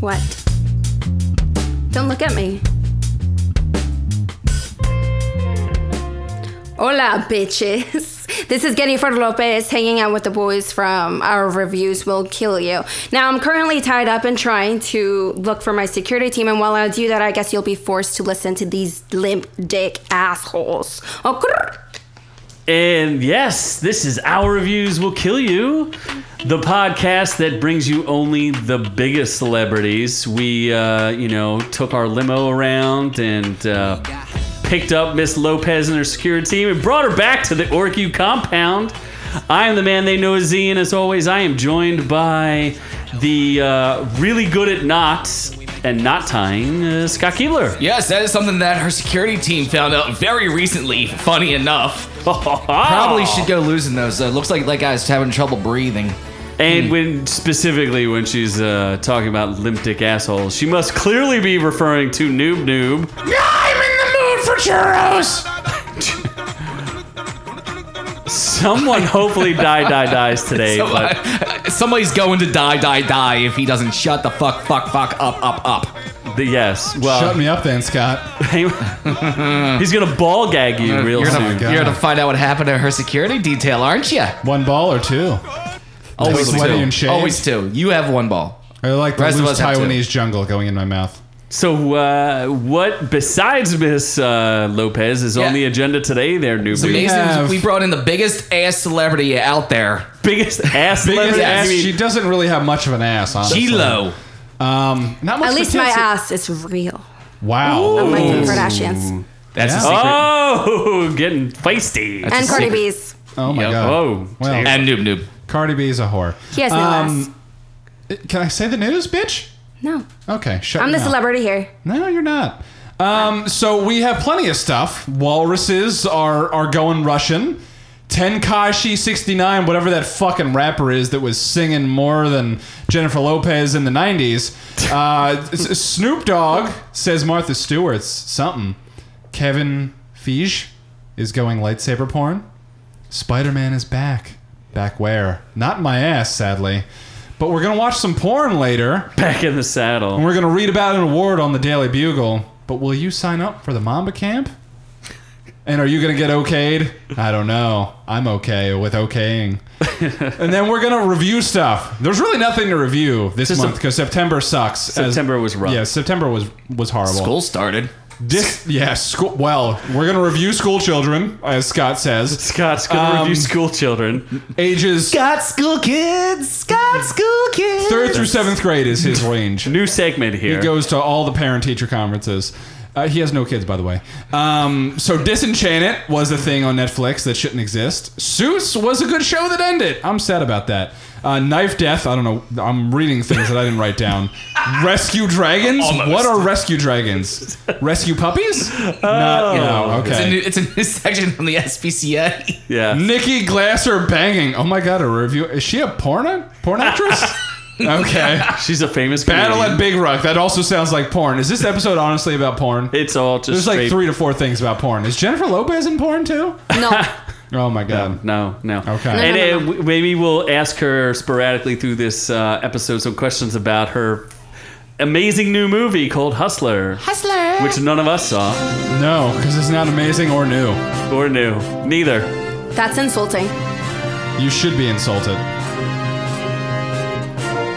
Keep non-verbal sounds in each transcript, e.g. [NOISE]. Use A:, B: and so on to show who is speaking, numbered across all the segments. A: What? Don't look at me. Hola, bitches. [LAUGHS] This is Jennifer Lopez hanging out with the boys from Our Reviews Will Kill You. Now, I'm currently tied up and trying to look for my security team, and while I do that, I guess you'll be forced to listen to these limp dick assholes. Oh, grrr.
B: And yes, this is Our Reviews Will Kill You, the podcast that brings you only the biggest celebrities. We, uh, you know, took our limo around and uh, picked up Miss Lopez and her security team and brought her back to the Orcu compound. I am the man they know as Z, and as always, I am joined by the uh, really good at knots and knot tying uh, Scott Keebler.
C: Yes, that is something that her security team found out very recently. Funny enough,
B: Probably
C: probably should go losing those. Though. Looks like that guy's having trouble breathing.
B: And when specifically when she's uh, talking about limp dick assholes, she must clearly be referring to Noob Noob.
C: I'm in the mood for churros.
B: Someone hopefully die die dies
D: [LAUGHS]
B: today. but
C: [LAUGHS] somebody's going to die, die, die if he doesn't shut the fuck, fuck, fuck up, up, up.
B: the, yes,
D: Shut
B: well,
D: me up then, Scott.
B: [LAUGHS] he's gonna ball gag you real
C: You're
B: soon.
C: gonna,
D: God.
C: you're gonna find out what happened to her security detail, aren't you?
D: One ball or two.
C: Always
D: sweaty and
C: two.
D: shaved.
C: Always two. You have one ball.
D: I like the
C: Rest of
D: loose
C: us have two.
D: Taiwanese jungle going in my mouth.
B: So, uh, what besides Miss uh, Lopez is
C: Yeah.
B: on the agenda today? There, Noob Noob,
C: Amazing.
D: have-
C: We brought in the biggest ass celebrity out there.
B: biggest ass
D: Biggest
B: celebrity.
D: ass.
B: I mean,
D: She doesn't really have much of an ass, honestly.
C: Kilo.
D: Um, not much
A: At
D: of a
A: least my uh,
D: tits-
A: ass is real.
D: Wow.
A: Like the Kardashians.
C: That's
D: Yeah.
C: a secret.
B: Oh, [LAUGHS] getting feisty.
A: And
C: a
A: Cardi
C: secret.
A: B's.
D: Oh my
C: Yeah.
D: god.
B: Whoa.
D: Well,
C: and noob noob.
D: Cardi B is a whore.
A: He has no
D: Um, ass. Can I say the news, bitch?
A: No.
D: Okay, shut
A: I'm the
D: your mouth.
A: celebrity here.
D: No, you're not. Um, so we have plenty of stuff. Walruses are are going Russian. Tenkashi 69, whatever that fucking rapper is that was singing more than Jennifer Lopez in the 90s. Uh, S- Snoop Dogg says Martha Stewart's something. Kevin Feige is going lightsaber porn. Spider Man is back. Back where? Not in my ass, sadly. But we're going to watch some porn later.
B: Back in the saddle.
D: And we're going to read about an award on the Daily Bugle. But will you sign up for the Mamba Camp? And are you going to get okayed? I don't know. I'm okay with okaying. and then we're going to review stuff. There's really nothing to review this
B: Just
D: month
B: some-
D: because September sucks. as-
B: September was rough.
D: Yeah, September was was horrible.
C: School started.
D: Dis- yeah, school. Well, we're going to review school children, as Scott says.
B: Scott's gonna
D: Um,
B: review school children.
D: Ages
C: Got school kids. Got school kids.
D: third through seventh grade is his range.
B: New segment here.
D: He goes to all the parent teacher conferences. Uh, he has no kids, by the way. Um, so Disenchanted was a thing on Netflix that shouldn't exist. Suits was a good show that ended. I'm sad about that. Uh, Knife Death. I don't know. I'm reading things that I didn't write down. [LAUGHS] Rescue Dragons.
C: Almost.
D: What are Rescue Dragons? Rescue puppies? Not, no. Okay.
C: It's a, new, it's a new [LAUGHS] section from the SPCA.
B: Yeah.
D: Nikki Glasser banging. Oh my god, a review. Is she a porn porn [LAUGHS] actress? okay.
B: She's a famous
D: Battle
B: comedian.
D: at Big Rock. That also sounds like porn. Is this episode honestly about porn?
B: It's all just
D: There's
B: straight-
D: like three to four things about porn. Is Jennifer Lopez in porn too?
A: No.
D: Oh my god.
B: No, no.
D: Okay.
B: And
A: No, no,
B: uh, w- maybe we'll ask her sporadically through this uh, episode some questions about her amazing new movie called Hustler,
A: Hustler.
B: which none of us saw
D: No, because it's not amazing or new.
B: or knew. Neither.
A: That's insulting.
D: You should be insulted.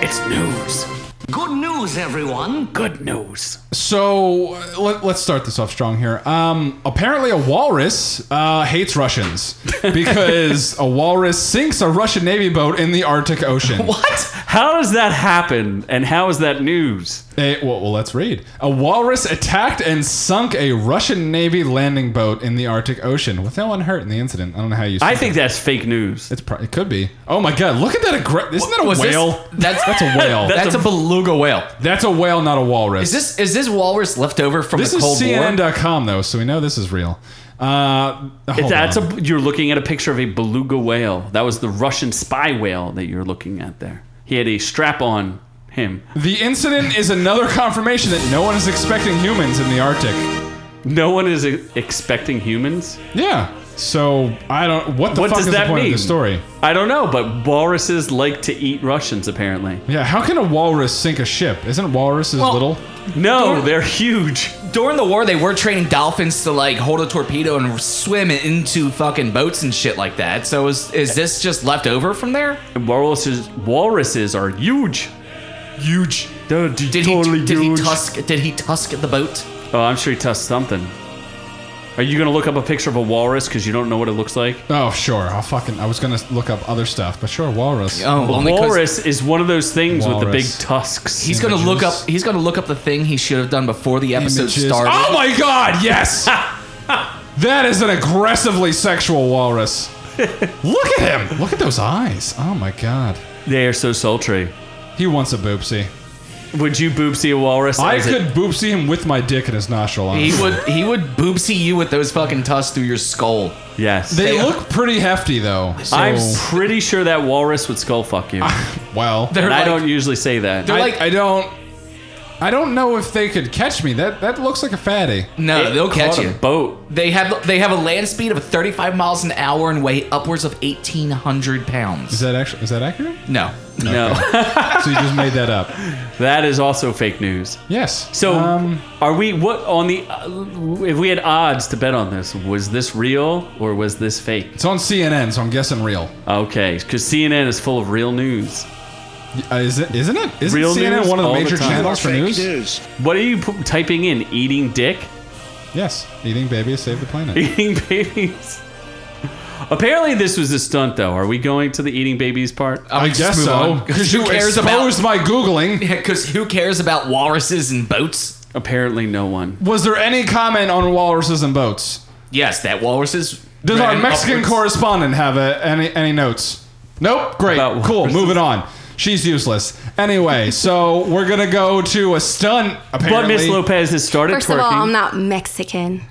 B: It's news.
E: Good news, everyone.
B: Good news.
D: So uh, let, let's start this off strong here. Um, apparently, a walrus uh,
B: [LAUGHS]
D: hates Russians because a walrus sinks a Russian Navy boat in the
B: [LAUGHS]
D: Arctic Ocean.
C: [LAUGHS] What?
B: How does that happen? And how is that news?
D: A, well, well, let's read. A walrus attacked and sunk a Russian Navy landing boat in the Arctic Ocean with no one hurt in the incident. I don't know how you.
B: I
D: see
B: think
D: that.
B: that's fake news.
D: it's pro- it could be. Oh my god! Look at that! Aggra- Isn't that a
C: Was this-
D: whale?
C: that's-
D: that's a whale.
B: That's
C: That's, a, beluga whale.
D: that's a whale, not a walrus.
C: Is this is this walrus left over from
D: This
C: the
D: is
C: Cold War?
D: CNN.com though, so we know this is real. Uh, hold
B: that's
D: on.
B: a you're looking at a picture of a beluga whale. That was the Russian spy whale that you're looking at there. He had a strap on him.
D: the incident is another confirmation that no one is expecting humans in the Arctic.
B: No one is e- expecting humans.
D: Yeah. So I don't. What the
B: What
D: fuck
B: does
D: is
B: that
D: the point
B: mean?
D: of this story?
B: I don't know, but walruses like to eat Russians apparently.
D: Yeah, how can a walrus sink a ship? Isn't walruses
C: Well-
D: little?
B: No, they're huge.
C: During the war, they were training dolphins to like hold a torpedo and swim into fucking boats and shit like that. So is is this just left over from there?
B: Walruses, walruses are huge. Huge. They're d-
C: Did
B: totally
C: he did
B: huge.
C: he tusk did he tusk the boat?
B: oh, I'm sure he tusked something. Are you gonna look up a picture of a walrus because you don't know what it looks like?
D: Oh, sure. I'll fucking. I was gonna look up other stuff, but sure, walrus.
C: Oh, only 'cause
B: walrus is one of those things with the big
D: Walrus.
B: tusks.
C: He's gonna look
D: Images.
C: up. He's gonna look up the thing he should have done before the episode
D: Images.
C: started.
D: Oh my
B: [LAUGHS]
D: god, yes! that is an aggressively sexual walrus. look at him! Look at those eyes. Oh my god.
B: they are so sultry.
D: He wants a boopsie.
B: Would you boopsie a walrus?
D: I
B: Is it-
D: could boopsie him with my dick in his nostril.
C: He
D: Honestly.
C: would. He would boopsy you with those fucking tusks through your skull.
B: Yes.
D: They Oh. look pretty hefty though. So,
B: I'm pretty sure that walrus would skull fuck
D: [LAUGHS]
B: you.
D: well,
C: They're
B: And I
C: like-
B: don't usually say that.
C: they're
D: I,
C: like-
D: I don't. I don't know if they could catch me. That that looks like a fatty.
C: No,
B: It
C: Uh, they'll catch
B: caught
C: you.
B: A boat.
C: They have. They have a land speed of 35 miles an hour and weigh upwards of 1,800
D: Is
C: pounds.
D: that actually is that accurate?
C: No. [LAUGHS]
B: No,
D: so you just made
B: [LAUGHS]
D: that up.
B: that is also fake news.
D: Yes.
B: So,
D: um,
B: are we what on the? Uh, if we had odds to bet on this, was this real or was this fake?
D: it's on CNN, so I'm guessing real.
B: Okay, because CNN is full of real news.
D: Uh, is it? Isn't it? Isn't
B: Real
D: CNN
B: news
D: one of the
B: all the
D: major
B: time.
D: channels for news?
B: What are you p- typing in? Eating dick?
D: Yes, eating babies save the
B: [LAUGHS]
D: planet.
B: Eating babies? Apparently, this was a stunt, though. Are we going to the eating babies part?
C: Uh,
D: I guess so. [LAUGHS] Because
C: Because who
D: you
C: cares
D: exposed
C: about?
D: my googling.
C: Because who cares about walruses and boats?
B: Apparently, no one.
D: Was there any comment on walruses and boats?
C: Yes, that walruses.
D: Does our
C: ran
D: Mexican
C: upwards.
D: correspondent have uh any any notes? Nope. Great.
B: About
D: cool.
B: walruses.
D: Moving on. She's useless. Anyway, so we're gonna go to a stunt.
B: But
D: Apparently,
B: Miss Lopez has started
A: First
B: twerking.
A: of all, I'm not Mexican.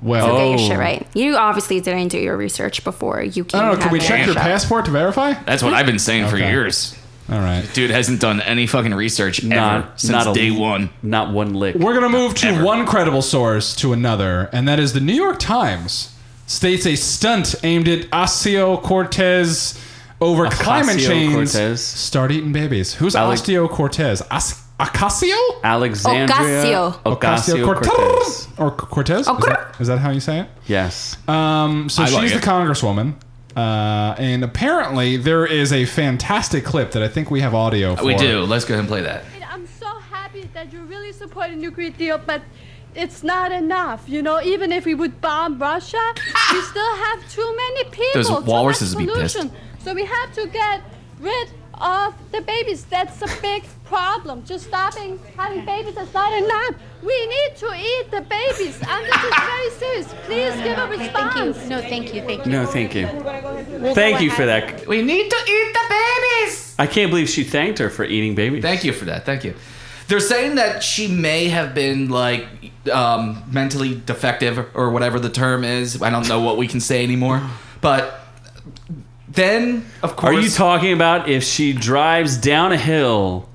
D: Well,
A: Get your
B: Oh.
A: shit right. You obviously didn't do your research before you came.
D: I don't know. Can we
A: having
D: check
A: a
D: your
A: show.
D: passport to verify?
C: That's what I've been saying for
D: Okay.
C: years.
D: All right.
C: Dude hasn't done any fucking research ever
B: not,
C: since
B: not a-
C: day one.
B: Not one lick.
D: We're going to move to
C: Ever.
D: one credible source to another, and that is the New York Times states a stunt aimed at Osio Cortez over climate change.
B: Ocasio-Cortez.
D: Start eating babies. Who's
B: Alec-
D: Osteo Cortez? As- Ocasio?
B: Alexandria
A: Ocasio.
B: Ocasio-Cortez.
D: Or C- Cortez? Is
A: Ocor-
D: that- is that how you say it?
B: Yes.
C: Uh,
D: Um, so
C: I
D: she's
C: like
D: the
C: it.
D: congresswoman. Uh, and apparently there is a fantastic clip that I think we have audio for.
C: We do. Let's go ahead and play that.
F: I'm so happy that you really support a nuclear deal, but it's not enough. You know, even if we would bomb Russia, we still have too many people.
C: Ah! Those
F: too much
C: walruses would be pissed.
F: pollution. So we have to get rid of the babies. That's a big problem. Just stopping having babies is not enough. We need to eat the babies. And this is very serious. Please give a response.
G: Thank you. No, thank you. Thank you.
B: No, thank you. Thank you for that.
C: We need to eat the babies.
B: I can't believe she thanked her for eating babies.
C: Thank you for that. Thank you. They're saying that she may have been like um, mentally defective or whatever the term is. I don't know what we can say anymore. But then, of
B: Are
C: course,
B: you talking about if she drives down a hill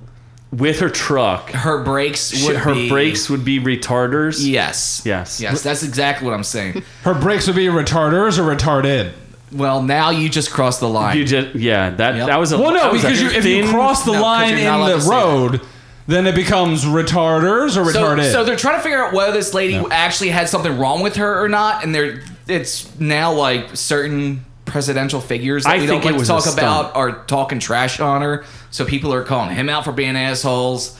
B: with her truck,
C: her brakes
B: sh-
C: would
B: her
C: be-
B: brakes would be retarders?
C: Yes.
B: Yes.
C: Yes. That's exactly what I'm saying.
D: Her breaks would be retarders or retarded.
C: well, now you just crossed the line.
B: You just yeah that
C: Yep.
B: that was a
D: Well,
B: that
D: no,
B: was a
D: because you, if you
B: thin-
D: cross the
C: No, 'cause
D: line
C: you're
D: in
C: not allowed to
D: the
C: say that.
D: road, then it becomes retarders or
C: so,
D: retarded.
C: so they're trying to figure out whether this lady
D: No.
C: actually had something wrong with her or not, and they're it's now like certain presidential figures that
B: I
C: we don't
B: think it
C: like to
B: was a
C: talk
B: stunt.
C: about are talking trash on her. So people are calling him out for being assholes.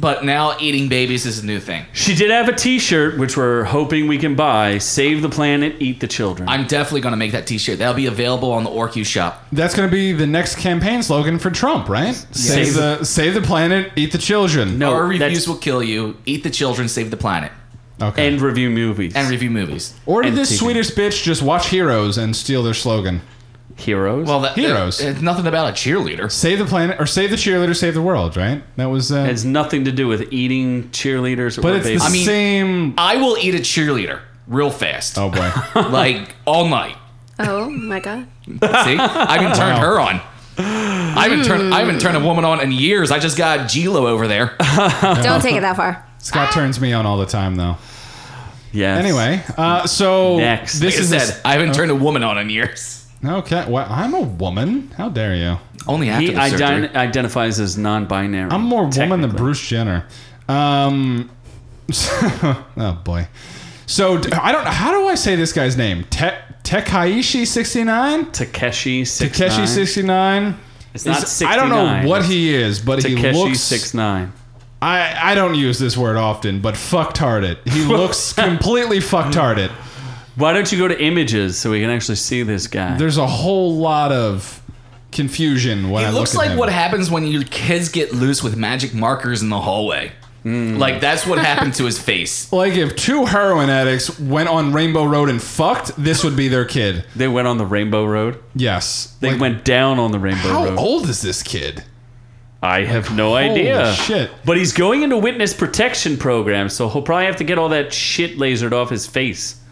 C: But now eating babies is a new thing.
B: she did have a T-shirt which we're hoping we can buy. Save the planet, eat the children.
C: I'm definitely gonna make that T-shirt. That'll be available on the Orcu shop.
D: That's going to be the next campaign slogan for Trump, right? Save
B: Save
D: the save the planet, eat the children.
B: no,
C: Our
B: that's-
C: reviews will kill you. Eat the children, save the planet,
D: Okay.
B: and review movies
C: and review movies.
D: or did
B: and
D: this
B: TV.
D: Swedish bitch just watch Heroes and steal their slogan?
B: heroes.
C: Well, that,
D: Heroes.
C: It's nothing about a cheerleader.
D: Save the planet, or save the cheerleader, save the world. Right? That was. Uh,
B: It has nothing to do with eating cheerleaders
D: but
B: or
D: it's the
B: babies.
C: I mean-
D: same. [LAUGHS]
C: I will eat a cheerleader real fast,
D: Oh boy.
C: like all night.
A: Oh my
D: [LAUGHS]
A: god.
C: See, I haven't turned her on. I haven't turned I haven't turned a woman on in years. I just [LAUGHS] got Gilo over there.
D: Uh-huh.
A: Don't take it that far.
D: Scott turns me on all the time, though.
B: Yes.
D: Anyway, uh, so
B: Next.
D: this
C: Like I
D: is a
C: said, I haven't turned a woman on in years.
D: okay. Well, I'm a woman. How dare you?
C: Only after
B: He
C: the surgery.
B: ident- identifies as non-binary.
D: I'm more woman than
B: technically.
D: Bruce Jenner. Um, [LAUGHS] oh boy. So d- I don't. How do I say this guy's name? Te- Tekaishi sixty nine.
B: Takeshi six
D: Takeshi sixty nine.
B: It's not
D: I
B: 69.
D: don't know what he is, but he
B: Takeshi
D: looks.
B: six nine.
D: I I don't use this word often, but fucktarded.
B: [LAUGHS]
D: He looks completely fucktarded.
B: Why don't you go to images so we can actually see this guy?
D: There's a whole lot of confusion when
C: It
D: I
C: looks
D: look at
C: like
D: him.
C: what happens when your kids get loose with magic markers in the hallway. Like that's what happened to his face.
D: Like if two heroin addicts went on Rainbow Road and fucked, this would be their kid.
B: they went on the Rainbow Road.
D: Yes.
B: They
D: Like,
B: went down on the Rainbow
D: How
B: Road.
D: old is this kid?
B: I have no idea.
D: shit.
B: But he's going into witness protection program, so he'll probably have to get all that shit lasered off his face. [LAUGHS]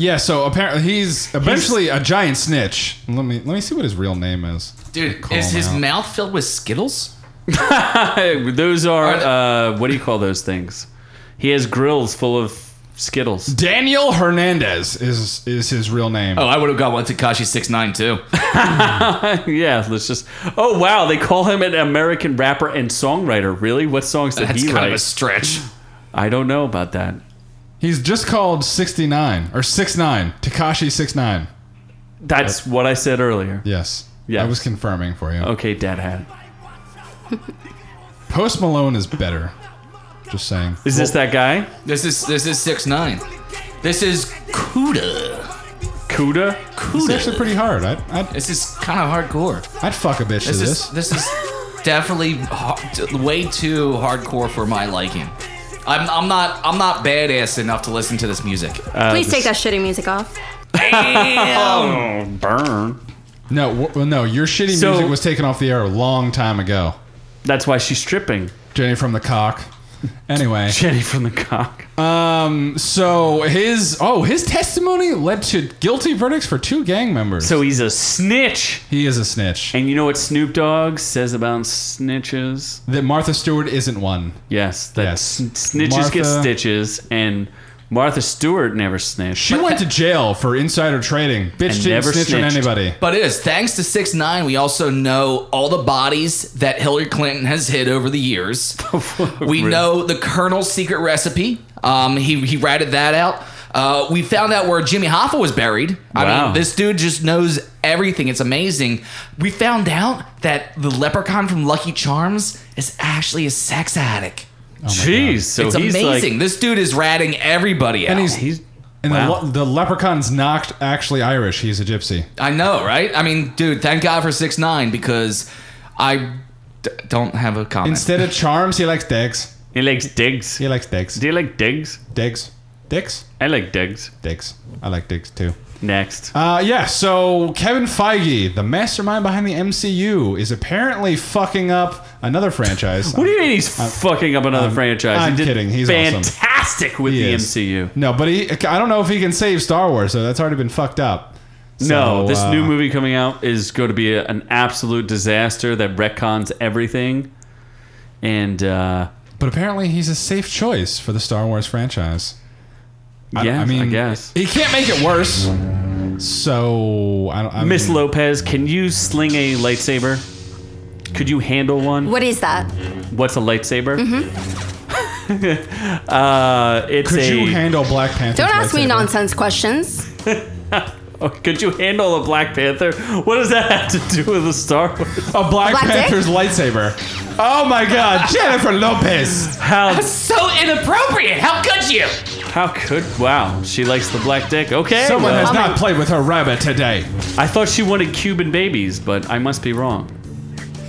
D: Yeah, so apparently he's eventually a giant snitch. Let me let me see what his real name is.
C: Dude,
D: Call
C: is
D: him
C: his
D: out.
C: mouth filled with Skittles?
B: those are
C: Are
B: uh, what do you call those things? He has grills full of skittles.
C: [LAUGHS]
D: Daniel Hernandez is is his real name.
C: Oh, I would have got one Takashi six nine [LAUGHS] too.
B: yeah, let's just. Oh wow, they call him an American rapper and songwriter. Really? What songs did
C: That's
B: he
C: kind
B: write?
C: of a stretch.
B: I don't know about that.
D: He's just called 69 or 69, Takashi 69.
B: That's what I said earlier.
D: Yes.
B: Yes.
D: I was confirming for you.
B: Okay, Dad hat.
D: Post Malone is better. Just saying.
B: Is this that guy?
C: [LAUGHS] This is this is six nine. This is Kuda.
B: Cuda?
D: It's actually pretty hard. I'd, I'd,
C: This is kind of hardcore.
D: I'd fuck a bitch to
C: This
D: this.
C: is this is definitely hard, way too hardcore for my liking. I'm, I'm not I'm not badass enough to listen to this music.
D: Uh,
A: Please take that shitty music off.
B: Burn.
D: No, w- well, no, your shitty
B: So-
D: music was taken off the air a long time ago.
B: That's why she's stripping.
D: Jenny from the cock. Anyway,
B: Jenny from the cock.
D: um, so his oh his testimony led to guilty verdicts for two gang members.
B: So he's a snitch.
D: he is a snitch.
B: And you know what Snoop Dogg says about snitches?
D: That Martha Stewart isn't one.
B: Yes, that
D: Yes.
B: sn- snitches get
D: Martha-
B: stitches, and Martha Stewart never snitched.
D: She went to jail for insider trading. Bitch didn't
B: never
D: snitch on
B: snitched.
D: anybody.
C: But it is thanks to six nine. We also know all the bodies that Hillary Clinton has hid over
B: [LAUGHS]
C: the years. we know the Colonel's secret recipe. Um, he he ratted that out. Uh, we found out where Jimmy Hoffa was buried. I
B: Wow.
C: mean, this dude just knows everything. It's amazing. We found out that the leprechaun from Lucky Charms is actually a sex addict.
D: Oh
B: Jeez, so
C: it's
B: he's
C: amazing.
B: like,
C: this dude is ratting everybody out.
D: And he's
B: he's
D: and
B: wow.
D: the, le- the leprechaun's not actually Irish. He's a gypsy.
C: I know, right? I mean, dude, thank God for six nine because I d- don't have a comment.
D: Instead of charms, he likes digs.
B: he likes digs.
D: He likes digs.
B: Do you like digs?
D: Digs. Digs.
B: I like digs.
D: Digs. I like digs too.
B: Next.
D: Uh, yeah, so Kevin Feige, the mastermind behind the MCU, is apparently fucking up another
B: [LAUGHS]
D: franchise.
B: what do you mean he's fucking up another
D: I'm-
B: franchise?
D: uh, um, I'm
B: he did
D: kidding. He's awesome.
B: fantastic with
D: He
B: the
D: is.
B: MCU.
D: No, but he, I don't know if he can save Star Wars, so that's already been fucked up.
B: no,
D: So,
B: this
D: uh,
B: new movie coming out is going to be a- an absolute disaster that retcons everything. And uh,
D: But apparently, he's a safe choice for the Star Wars franchise.
B: yeah, I, guess.
D: he can't make it worse. So I don't. I
B: Miss
D: mean,
B: Lopez, can you sling a lightsaber? Could you handle one?
A: What is that?
B: What's a lightsaber? [LAUGHS] uh, it's
D: could
B: a.
D: you handle Black Panther?
A: Don't ask me nonsense questions.
B: [LAUGHS] Oh, could you handle a Black Panther? What does that have to do with the Star Wars?
D: A Black,
A: Black dick?
D: Panther's lightsaber. Oh
A: [LAUGHS]
D: my God, Jennifer Lopez.
B: How
C: so inappropriate. How could you?
B: how could wow? She likes the black dick. Okay,
D: Someone
B: well,
A: Oh
D: has not played with her rabbit today.
B: I thought she wanted Cuban babies, but I must be wrong.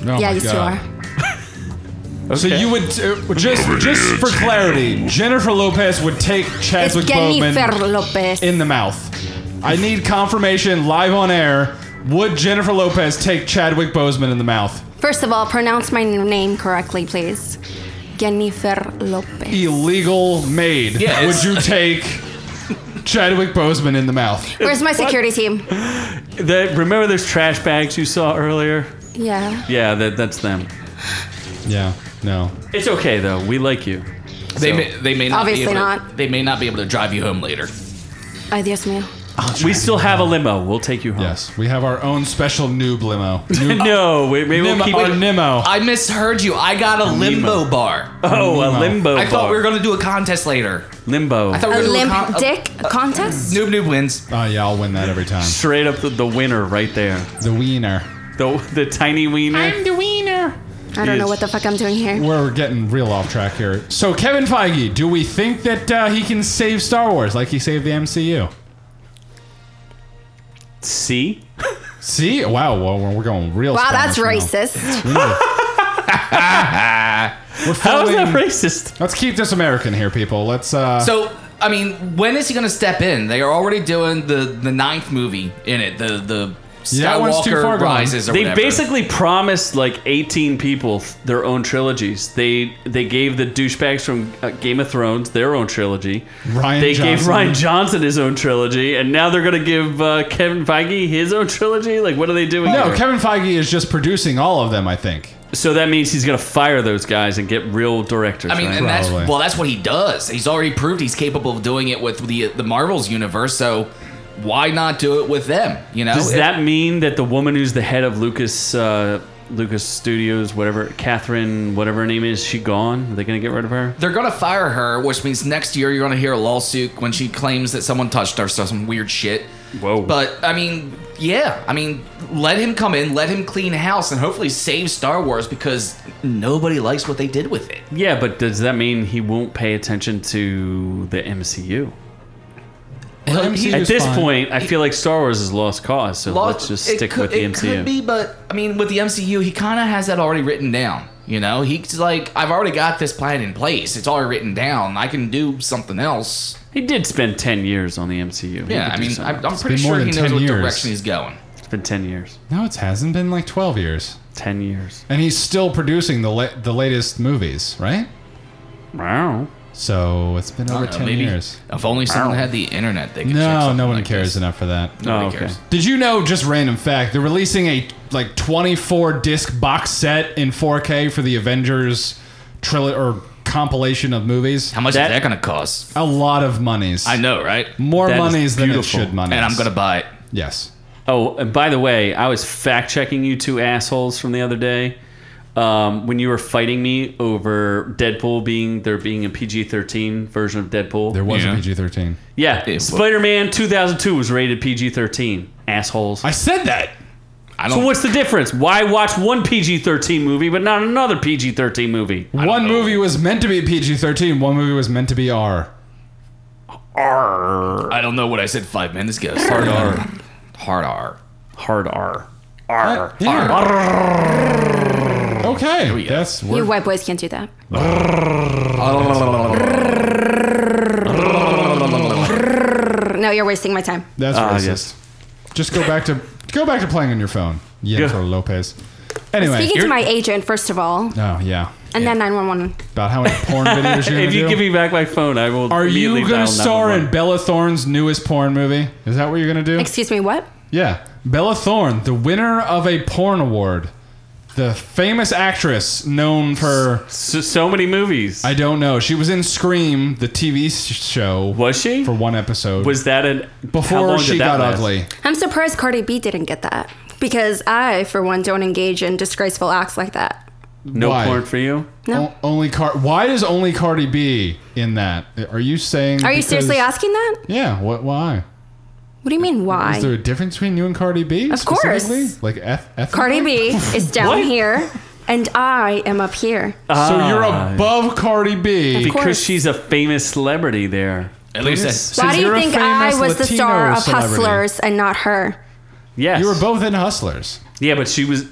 D: Oh
A: yeah,
D: my
A: yes, you
D: God.
A: are.
D: So you would uh, just just for clarity, Jennifer Lopez would take
A: It's
D: Chadwick
A: Jennifer
D: Boseman
A: Lopez.
D: in the mouth. I need confirmation live on air. Would Jennifer Lopez take Chadwick Boseman in the mouth?
A: First of all, pronounce my name correctly, please. Jennifer Lopez.
D: Illegal maid.
C: Yeah,
D: Would
C: it's-
D: you take Chadwick Boseman in the mouth?
A: Where's my security team?
B: The, remember those trash bags you saw earlier?
A: Yeah.
B: Yeah, that, that's them.
D: Yeah. No.
B: It's okay though. We like you.
C: They
B: So-
C: may, they may not
A: Obviously
C: be able To,
A: not.
C: they may not be able to drive you home later.
A: Ay, Dios mío.
B: We still have a limo. We'll take you home.
D: Yes, we have our own special noob limo. Noob,
B: [LAUGHS] No, we, we will
D: Nemo,
B: keep
D: or
B: it.
D: Nemo.
C: I misheard you. I got a limbo
B: Nemo.
C: bar.
B: [LAUGHS] Oh, a
D: Nemo.
B: limbo.
C: I thought we were
B: bar.
C: gonna do a contest later.
B: limbo.
C: I thought we
A: A
C: were gonna
A: limp
C: do a con- a-
A: dick contest?
C: Noob noob wins.
D: Oh yeah, I'll win that every time.
B: Straight up the, the winner right there.
D: The wiener.
B: The the tiny wiener.
D: the wiener.
A: I don't know what the fuck I'm doing here.
D: We're getting real off track here. So Kevin Feige, do we think that uh, he can save Star Wars like he saved the MCU?
B: See?
D: See, wow, well, we're- we're going real.
A: Wow, that's
D: Spanish now.
A: racist.
D: We're
B: How is that
D: filming-
B: racist?
D: Let's keep this American here, people. Let's. uh
C: So I mean, when is he gonna step in? They are already doing the the ninth movie in it. The the
D: Yeah, that one's too far
C: Skywalker
D: gone.
C: rises. Or
B: They
C: whatever.
B: basically promised like 18 people th- their own trilogies. They they gave the douchebags from uh, Game of Thrones their own trilogy.
D: Ryan
B: they gave
D: Johnson.
B: Ryan Johnson his own trilogy, and now they're gonna give uh, Kevin Feige his own trilogy. Like, what are they doing?
D: no,
B: here?
D: Kevin Feige is just producing all of them. I think.
B: So that means he's gonna fire those guys and get real directors.
C: I mean,
B: right?
C: and that's
D: Probably.
C: well, that's what he does. He's already proved he's capable of doing it with the the Marvels universe. So why not do it with them? You know,
B: Does
C: Oh, It-
B: that mean that the woman who's the head of Lucas uh, Lucas Studios, whatever Catherine, whatever her name is, she gone? Are they gonna get rid of her?
C: they're gonna fire her, which means next year you're gonna hear a lawsuit when she claims that someone touched her, so some weird shit.
B: Whoa.
C: But I mean, yeah, I mean, let him come in, let him clean house, and hopefully save Star Wars because nobody likes what they did with it.
B: Yeah, but does that mean he won't pay attention to the MCU?
D: Well,
C: He'll-
D: MCU
B: At
D: is
B: this
D: fine.
B: point, I feel like Star Wars is lost cause, so
C: Law-
B: let's just
C: it
B: stick
C: could-
B: with the
C: it
B: MCU.
C: could be, but I mean, with the MCU, he kind of has that already written down. You know, he's like, I've already got this plan in place. It's already written down. I can do something else.
B: He did spend ten years on the MCU. He
C: Yeah,
B: could
C: I
B: do
C: mean,
B: something.
C: I'm, I'm pretty
D: been more
C: sure he
D: than
C: knows
D: 10
C: what
D: years.
C: direction he's going.
B: it's been ten years.
D: No, it hasn't been like twelve years,
B: Ten years.
D: and he's still producing the la- the latest movies, right?
B: Wow.
D: So it's been over
C: Uh,
D: ten
C: maybe
D: years.
C: If only someone
B: Wow.
C: had the internet, they could check
D: No,
C: something
D: no one
C: like
D: cares
C: this.
D: enough for that.
B: Oh,
C: Nobody
B: okay.
C: cares.
D: Did you know, just random fact, they're releasing a like 24 disc box set in 4K for the Avengers trilogy or compilation of movies?
C: How much is
B: That-
C: that going to cost?
D: A lot of monies.
C: I know, right?
D: More
B: That is
D: monies than it
B: beautiful.
D: should monies.
C: And I'm going to buy it.
D: Yes.
B: Oh, and by the way, I was fact checking you two assholes from the other day um, when you were fighting me over Deadpool being there being a PG thirteen version of Deadpool.
D: There was
C: Yeah.
D: a PG 13.
B: yeah,
C: was.
B: Spider Man two thousand two was rated PG thirteen. Assholes.
D: I said that.
C: I
B: so
C: don't.
B: what's the difference? Why watch one PG thirteen movie but not another PG thirteen movie?
D: One movie was meant to be PG 13, one movie was meant to be R.
C: I don't know what I said five minutes ago. Hard R. Hard R.
B: Hard R.
D: R. Okay. Yes.
A: You
D: We're,
A: white boys can't do that. No, you're wasting my time.
D: that's
B: Ah,
D: racist.
B: yes.
D: Just go back to go back to playing on your phone. Jennifer Lopez. Anyway.
A: Speaking to my agent, first of all,
D: oh yeah.
A: and then 911.
D: About how many [LAUGHS] porn videos you're gonna
B: If you
D: do?
B: give me back my phone, I will.
D: Are you
B: going
D: gonna star in Bella Thorne's newest porn movie? Is that what you're gonna do?
A: Excuse me, what?
D: yeah, Bella Thorne, the winner of a porn award, the famous actress known for
B: so, so many movies?
D: I don't know. She was in Scream, the TV s- show,
B: was she?
D: for one episode.
B: was that an how
D: before
B: long
D: she
B: did that
D: got
B: last?
D: ugly.
A: I'm surprised Cardi B didn't get that because I, for one, don't engage in disgraceful acts like that.
B: No
D: Why?
B: porn for you?
A: No.
D: O- only Car- Why is only Cardi B in that? Are you saying?
A: Are you seriously
D: because-
A: asking that?
D: Yeah. What? Why?
A: What do you mean,
D: Is there
A: why?
D: a difference between you and Cardi B?
A: Of course.
D: specifically? Like eth- ethnically?
A: Cardi B
D: [LAUGHS]
A: is down
B: What?
A: here, and I am up here.
D: So you're
B: Ah.
D: above Cardi B.
A: Of course.
B: Because she's a famous celebrity there.
C: At least
D: Yes.
C: that's.
A: Why do
D: you're
A: you
D: a
A: think I
D: famous
A: was the
D: Latino
A: star of
D: celebrity.
A: Hustlers and not her?
B: Yes.
D: You were both in Hustlers.
B: Yeah, but she was.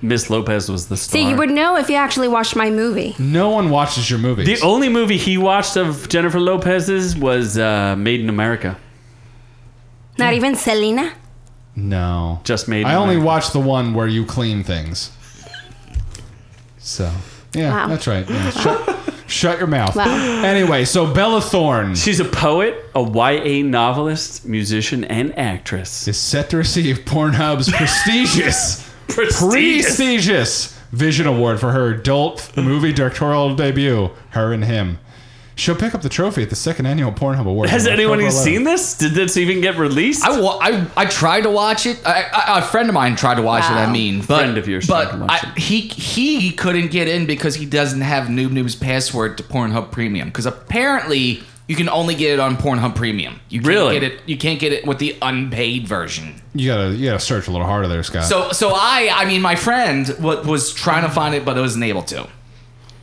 B: Miss Lopez was the star.
A: See, you would know if you actually watched my movie.
D: No one watches your movies.
B: The only movie he watched of Jennifer Lopez's was uh, Made in America.
A: Not even Selena.
D: no.
B: Just Made in
D: I only
B: America.
D: watch the one where you clean things. So. Yeah,
A: Wow.
D: that's right. Yeah, shut, shut your mouth.
A: Wow.
D: Anyway, so Bella Thorne
B: She's a poet, a YA novelist, musician, and actress.
D: is set to receive Pornhub's prestigious,
B: [LAUGHS] Prestigious.
D: prestigious Vision Award for her adult movie directorial debut, Her and Him. She'll pick up the trophy at the second annual Pornhub Awards.
B: Has
D: on
B: anyone
D: October
B: even seen
D: 11th.
B: this? Did this even get released?
C: I, wa- I, I tried to watch it. I, I, a friend of mine tried to watch it. I
A: Wow.
C: mean, but,
B: Friend of yours
C: but
B: tried to watch
C: I-
B: it.
C: he he couldn't get in because he doesn't have Noob Noob's password to Pornhub Premium because apparently you can only get it on Pornhub Premium. You can't
B: Really?
C: get it. You can't get it with the unpaid version.
D: You gotta, you gotta search a little harder there, Scott.
C: So so I I mean my friend wa- was trying to find it but wasn't able to.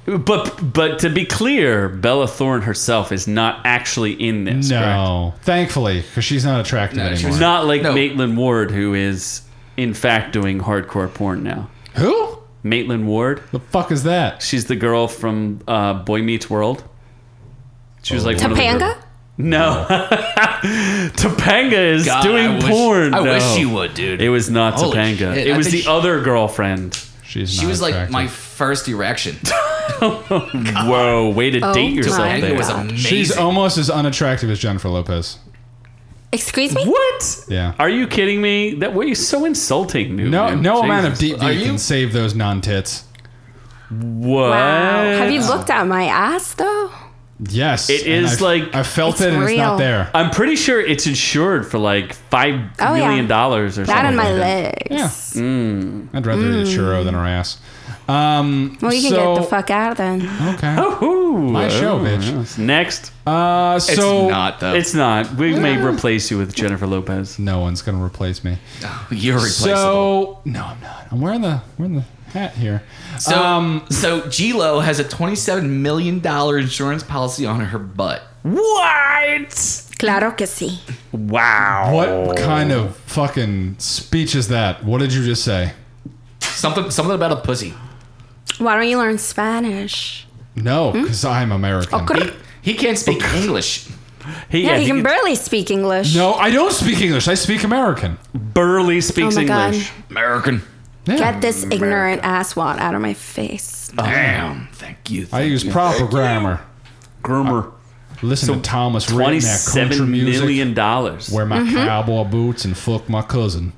B: but but to be clear, Bella Thorne herself is not actually in this. correct?
D: no, thankfully, because she's not attractive
C: No, she
D: anymore.
C: was-
B: Not like
C: No.
B: Maitland Ward, who is in fact doing hardcore porn now.
D: Who?
B: Maitland Ward,
D: The fuck is that?
B: she's the girl from uh, Boy Meets World. She was like one of the
A: Topanga?
B: girl- No, [LAUGHS] Topanga is
C: God,
B: doing
C: I wish-
B: porn.
C: I wish
B: No.
C: she would, dude.
B: It was not
C: Holy
B: Topanga.
C: shit,
B: It
C: I
B: was
C: think
B: the
C: she-
B: other girlfriend.
D: She's
C: she
D: not
C: was like
D: attractive.
C: my first erection.
B: Whoa, way to
A: Oh
B: date
A: my
B: yourself
C: It
B: there.
C: was
A: God.
C: amazing.
D: She's almost as unattractive as Jennifer Lopez.
A: Excuse me?
B: What?
D: Yeah.
B: Are you kidding me? That way is so insulting. Noob
D: No,
B: Noob.
D: no
B: Jesus.
D: amount of deep
C: Are
D: deep
C: you-
D: can save those non tits.
B: What?
A: Wow. Have you looked at my ass though?
D: Yes,
B: It
D: and
B: is
D: I've-
B: like-
D: I felt
A: It's
D: it, and it's
A: real.
D: not
C: Uh,
D: there.
B: I'm pretty sure it's insured for like five million
A: Oh, yeah.
B: dollars or
A: That
B: something.
A: and my
B: like
A: legs.
D: Yeah,
C: mm.
D: I'd rather eat a
A: Mm.
D: churro than her ass. Um,
A: Well, you can
D: so,
A: get the fuck out then.
D: Okay.
C: Oh.
B: Woohoo.
D: My show,
B: Oh,
D: bitch.
B: yes. Next.
D: Uh,
C: It's
D: so
C: not
A: Oh.
C: though.
B: It's not. We may replace you with Jennifer Lopez.
D: no one's gonna replace me.
C: You're replaceable.
D: So no, I'm not. I'm wearing the wearing the hat here.
C: So,
D: um,
C: so Lo has a twenty-seven million dollar insurance policy on her butt.
B: What?
A: Claro que sí.
B: Wow.
D: What kind of fucking speech is that? What did you just say?
C: Something, something about a pussy.
A: Why don't you learn Spanish?
D: No, because I'm American.
A: Hmm? Oh, cor-
C: He can't speak English.
B: He,
A: yeah, he can
B: he
A: barely speak English.
D: No, I don't speak English. I speak American.
B: barely speaks
A: Oh my God.
B: English.
C: American.
D: Yeah.
A: Get this ignorant asswat out of my face.
C: Damn. Oh. Thank you.
D: I
C: thank
D: use
C: you.
D: proper grammar.
B: Groomer.
D: Listen to Thomas Rhett and that country
B: Uh, Twenty-seven
D: music.
B: million dollars.
D: Wear my
A: Mm-hmm.
D: cowboy boots and fuck my cousin.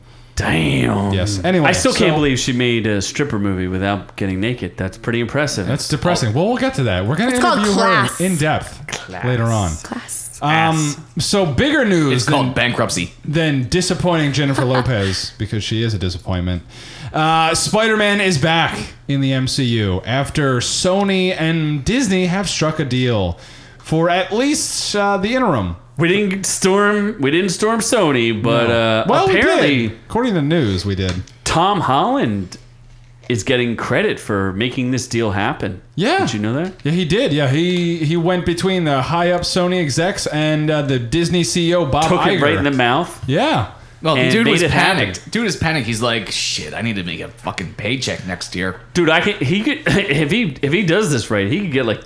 B: Damn.
D: Yes. Anyway,
B: Mm-hmm. I still
D: so-
B: can't believe she made a stripper movie without getting naked. That's pretty impressive.
D: That's
B: Oh.
D: depressing. Well, we'll get to that. We're gonna
A: called
D: interview her
A: class.
D: in depth later on.
A: Class.
D: Um, so bigger news
C: It's
D: than,
C: called bankruptcy.
D: than disappointing Jennifer Lopez because she is a disappointment. Uh, Spider-Man is back in the MCU after Sony and Disney have struck a deal for at least uh, the interim.
B: we didn't storm. We didn't storm Sony, but uh,
D: well, we
B: apparently
D: did. according to the news, we did.
B: Tom Holland is getting credit for making this deal happen.
D: Yeah.
B: Did you know that?
D: Yeah, he did. Yeah, he he went between the high up Sony execs and uh, the Disney CEO Bob
B: Took it
D: Iger.
B: right in the mouth.
D: yeah.
C: Well,
B: And
C: dude
B: made
C: was
B: it
C: panicked.
B: happen.
C: Dude is panicked. He's like, shit. I need to make a fucking paycheck next year.
B: Dude, I can. He could [LAUGHS] if he if he does this right, he could get like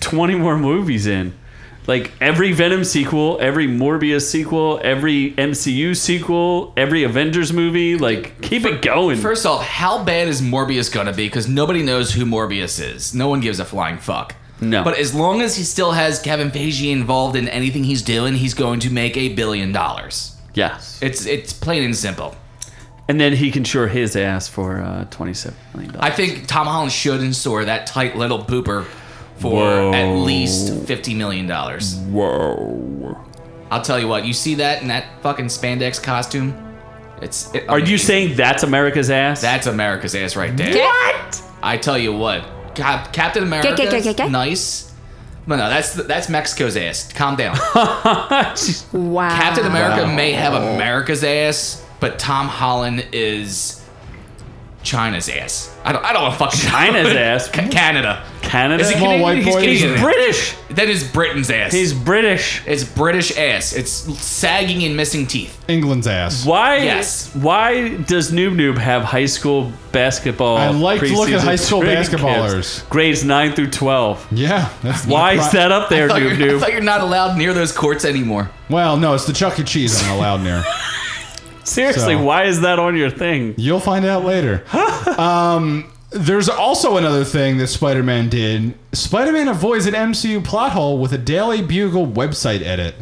B: twenty more movies in. Like every Venom sequel, every Morbius sequel, every MCU sequel, every Avengers movie. Like keep it going.
C: First off, how bad is Morbius gonna be? Because nobody knows who Morbius is. No one gives a flying fuck.
B: No.
C: But as long as he still has Kevin Feige involved in anything he's doing, he's going to make a billion dollars.
B: yes.
C: It's it's plain and simple.
B: And then he can shore his ass for uh, twenty-seven million dollars.
C: I think Tom Holland should insure that tight little pooper for
B: Whoa.
C: at least fifty million dollars.
B: Whoa!
C: I'll tell you what, you see that in that fucking spandex costume? It's it,
B: Are you saying that's America's ass?
C: that's America's ass right there?
A: What?
C: I tell you what, Cap- Captain America,
A: get, get, get, get.
C: nice. No, no, that's that's Mexico's ass. Calm down.
A: Wow.
C: Captain America may have America's ass, but Tom Holland is China's ass. I don't, I don't want to fucking [LAUGHS]
B: China's ass?
C: Ca- Canada.
B: Canada.
C: Is he
D: Small
C: Canadian?
D: white
C: He's
D: boy.
C: Canadian.
B: He's British.
C: That is Britain's ass.
B: He's British.
C: it's British ass. It's sagging and missing teeth.
D: England's ass.
B: Why?
C: Yes.
B: Why does Noob Noob have high school basketball?
D: I like to look at
B: preseason
D: high school
B: training
D: basketballers.
B: camps, grades nine through twelve.
D: Yeah, that's
B: Why
D: pri-
B: is that up there,
C: thought you're,
B: Noob
C: I thought
B: Noob?
C: you're not allowed near those courts anymore.
D: Well, no, it's the Chuck E. Cheese I'm allowed
B: [LAUGHS]
D: near.
B: Seriously,
D: So-
B: why is that on your thing?
D: You'll find out later. Um, there's also another thing that Spider-Man did. Spider-Man avoids an MCU plot hole with a Daily Bugle website edit.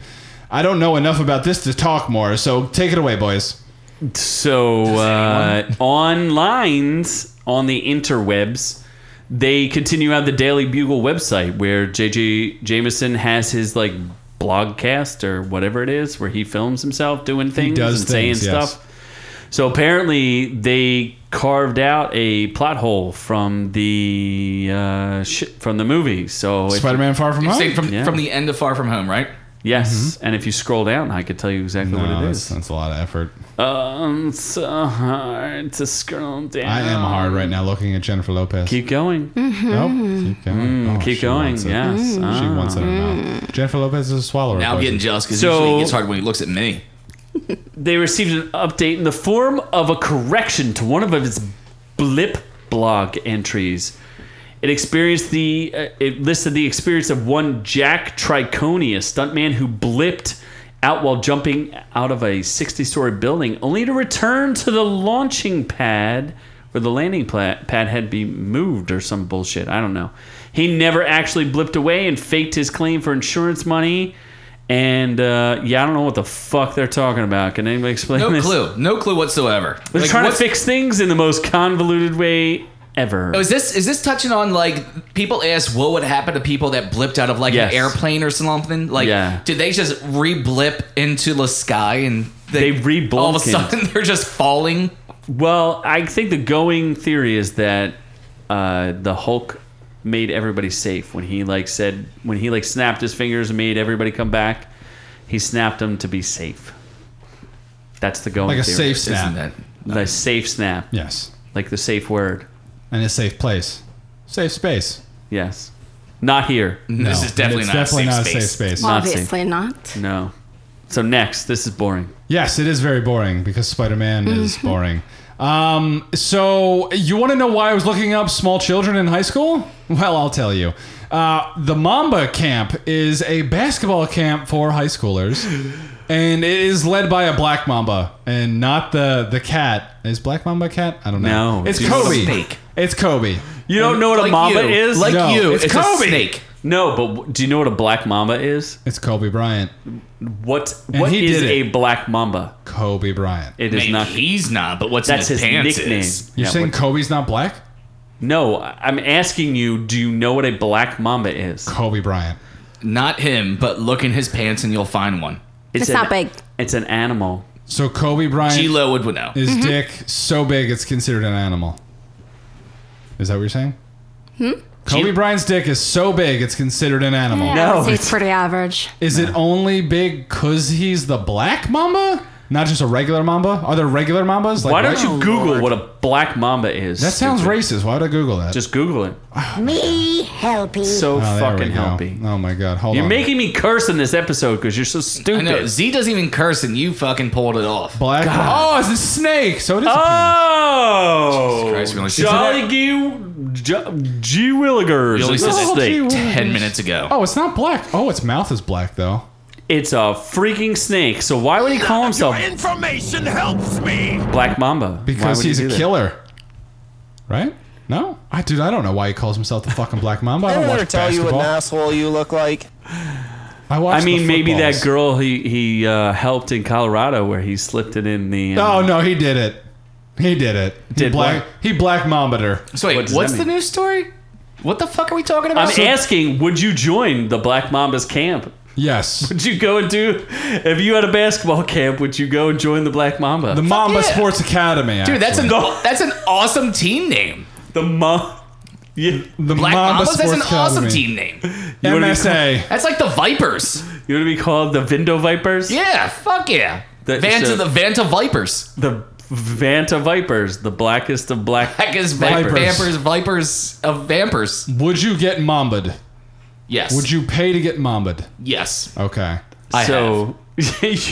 D: I don't know enough about this to talk more, so take it away, boys. [LAUGHS]
B: So uh, online, on the interwebs, they continue on the Daily Bugle website where JJ Jameson has his like blogcast or whatever it is where he films himself doing things
D: does
B: and
D: things,
B: saying
D: yes.
B: stuff. So apparently they carved out a plot hole from the uh, shit from the movie. So if-
D: Spider-Man: Far From Home.
C: Same from
B: Yeah.
C: from the end of Far From Home, right?
B: yes, and if you scroll down, I could tell you exactly
D: mm-hmm. No,
B: what it
D: that's,
B: is.
D: that's a lot of effort.
B: Um, so hard to scroll down.
D: I am hard right now looking at Jennifer Lopez.
B: Keep going.
D: Nope, keep going.
C: Mm,
D: Oh,
B: keep
D: she
B: going,
D: wants it.
B: yes.
D: She
B: Ah.
D: wants it or not. Jennifer Lopez is a swallower.
C: Now I'm
D: poison.
C: getting jealous because
B: So-
C: usually it gets hard when he looks at me.
B: they received an update in the form of a correction to one of its blip blog entries. It experienced the uh, it listed the experience of one Jack Triconia, stuntman who blipped out while jumping out of a 60-story building, only to return to the launching pad where the landing pla- pad had been moved or some bullshit. I don't know. He never actually blipped away and faked his claim for insurance money. And uh, yeah, I don't know what the fuck they're talking about. Can anybody explain
C: No
B: this?
C: clue. No clue whatsoever.
B: They're
C: Like,
B: trying to
C: what's-
B: fix things in the most convoluted way ever.
C: Oh, Is this is this touching on like people ask what would happen to people that blipped out of like
B: Yes.
C: an airplane or something? Like,
B: Yeah.
C: did they just re-blip into the sky and
B: They re-blunken.
C: All of a sudden, [LAUGHS] they're just falling.
B: well, I think the going theory is that uh, the Hulk made everybody safe when he like said when he like snapped his fingers and made everybody come back. He snapped them to be safe. That's the going
D: like a
B: theory.
D: safe snap.
C: Isn't that?
B: the safe snap.
D: Yes,
B: Like the safe word.
D: and a safe place, safe space.
B: Yes. Not here.
D: No,
C: This is definitely
D: it's
C: not a
D: definitely
C: safe
D: not a
C: space.
D: safe space.
B: Not safe.
A: Obviously not.
B: No. So next, this is boring.
D: Yes, it is very boring because Spider Man is boring. Um, so, you want to know why I was looking up small children in high school? [LAUGHS] Well, I'll tell you. Uh, the Mamba Camp is a basketball camp for high schoolers, and it is led by a black mamba and not the, the cat. Is black mamba a cat? I don't know.
B: No,
D: it's
B: dude.
D: Kobe.
C: Snake.
D: It's Kobe.
B: You don't know what
C: Like
B: a mamba
C: you.
B: is?
C: Like
D: No,
C: you,
D: it's
C: it's,
D: Kobe.
C: a snake.
B: no, but w- do you know what a black mamba is?
D: It's Kobe Bryant.
B: What what
D: he
B: is
D: did
B: a
D: it.
B: black mamba?
D: Kobe Bryant.
B: It is
C: Maybe
B: not.
C: he's not, but what's
B: That's
C: in
B: his
C: his, pants
B: nickname.
C: is.
D: You're
B: Yeah,
D: saying
B: what-
D: Kobe's not black?
B: no, I- I'm asking you. Do you know what a black mamba is?
D: Kobe Bryant.
C: Not him, but look in his pants and you'll find one.
A: It's not big.
B: It's an animal.
D: So, Kobe Bryant.
C: G Lo would would know.
D: Is dick so big it's considered an animal? Is that what you're saying? Hmm? Kobe
B: Gee-
D: Bryant's dick is so big it's considered an animal.
A: Yeah, I would
B: No,
A: say
B: it's-
A: it's pretty average.
D: Is it only big because he's the black mamba? Not just a regular mamba? Are there regular mambas? Like
B: Why don't
D: white-
B: you Google what a black mamba is?
D: That sounds
B: stupid?
D: racist. Why would I Google that?
B: Just Google it.
G: Me help you.
B: So
D: Oh, there we
B: fucking
D: go.
B: helpy.
D: Oh my god, hold
B: You're
D: on.
B: making me curse in this episode because you're so
C: I
B: stupid.
C: know Z doesn't even curse, and you fucking pulled it off.
D: black. Oh, it's a snake. So it is. a
B: Oh,
C: Jesus Christ, we only see-
B: Jolly G. G. G. Willigers.
C: You only
B: is
C: said
B: a
D: Oh,
B: snake.
D: gee whiz.
C: Ten minutes ago.
D: Oh, it's not black. Oh, its mouth is black though.
B: It's a freaking snake. So why would he call himself
H: Information helps me.
B: Black Mamba? Why
D: Because
B: would he
D: he's a
B: do that?
D: killer. Right? No? I dude, I don't know why he calls himself the fucking black mamba. I don't watch basketball.
H: asshole you look like?
D: I watched
B: I mean,
D: the
B: maybe that
D: footballs.
B: girl he he uh, helped in Colorado where he slipped it in the. uh,
D: Oh no, he did it. He did it. he
B: Did
D: black.
B: what?
D: He black mombered her.
C: So wait,
B: What does
C: what's
B: that
C: the
B: mean?
C: news story? What the fuck are we talking
B: I'm
C: about? So-
B: asking, would you join the Black Mamba's camp? [LAUGHS]
D: Yes.
B: Would you go and do? If you had a basketball [LAUGHS] camp, would you go and join the Black Mamba?
D: The Mamba
C: yeah.
D: Sports Academy.
C: Dude, that's an
D: actually.
C: that's an awesome team name.
B: the Ma. [LAUGHS] Yeah.
D: the
C: Black
D: Mamba
C: Mamas. That's
D: Sports
C: an awesome
D: Academy.
C: team name.
B: You wanna be
D: MSA.
C: That's like the Vipers.
B: You want to be called the Vindo Vipers?
C: Yeah, fuck yeah.
B: That-
C: Vanta
B: so-
C: the Vanta Vipers.
B: The Vanta Vipers, the blackest of black.
C: Heck is Vipers.
D: Vipers.
C: Vampers, Vipers of Vampers.
D: Would you get mombered?
C: Yes.
D: Would you pay to get mombered?
C: Yes.
D: Okay.
C: I have.
B: so. [LAUGHS]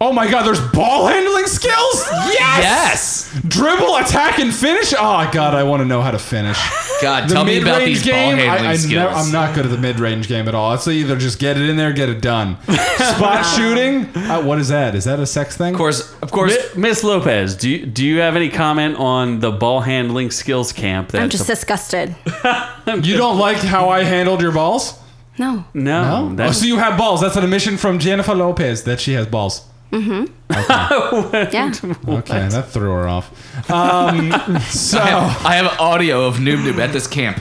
D: Oh my God! There's ball handling skills. Yes.
C: Yes.
D: Dribble, attack, and finish. Oh God, I want to know how to finish.
C: God,
D: The
C: tell me
D: mid-range
C: about these
D: game,
C: ball handling
D: I, I
C: skills.
D: nev- I'm not good at the mid-range game at all. It's either just get it in there, get it done.
C: [LAUGHS]
D: Spot shooting. Uh, what is that? Is that a sex thing?
C: Of course, of course.
B: Miss Lopez, do you, do you have any comment on the ball handling skills camp? That's
A: I'm just
B: a-
A: disgusted.
D: You don't like how I handled your balls?
A: No.
B: no.
D: Oh,
B: [LAUGHS] that's-
D: so you have balls. That's an admission from Jennifer Lopez that she has balls.
A: Yeah.
D: Okay, that threw her off. Um, so
C: I have, I have audio of Noob Noob at this camp.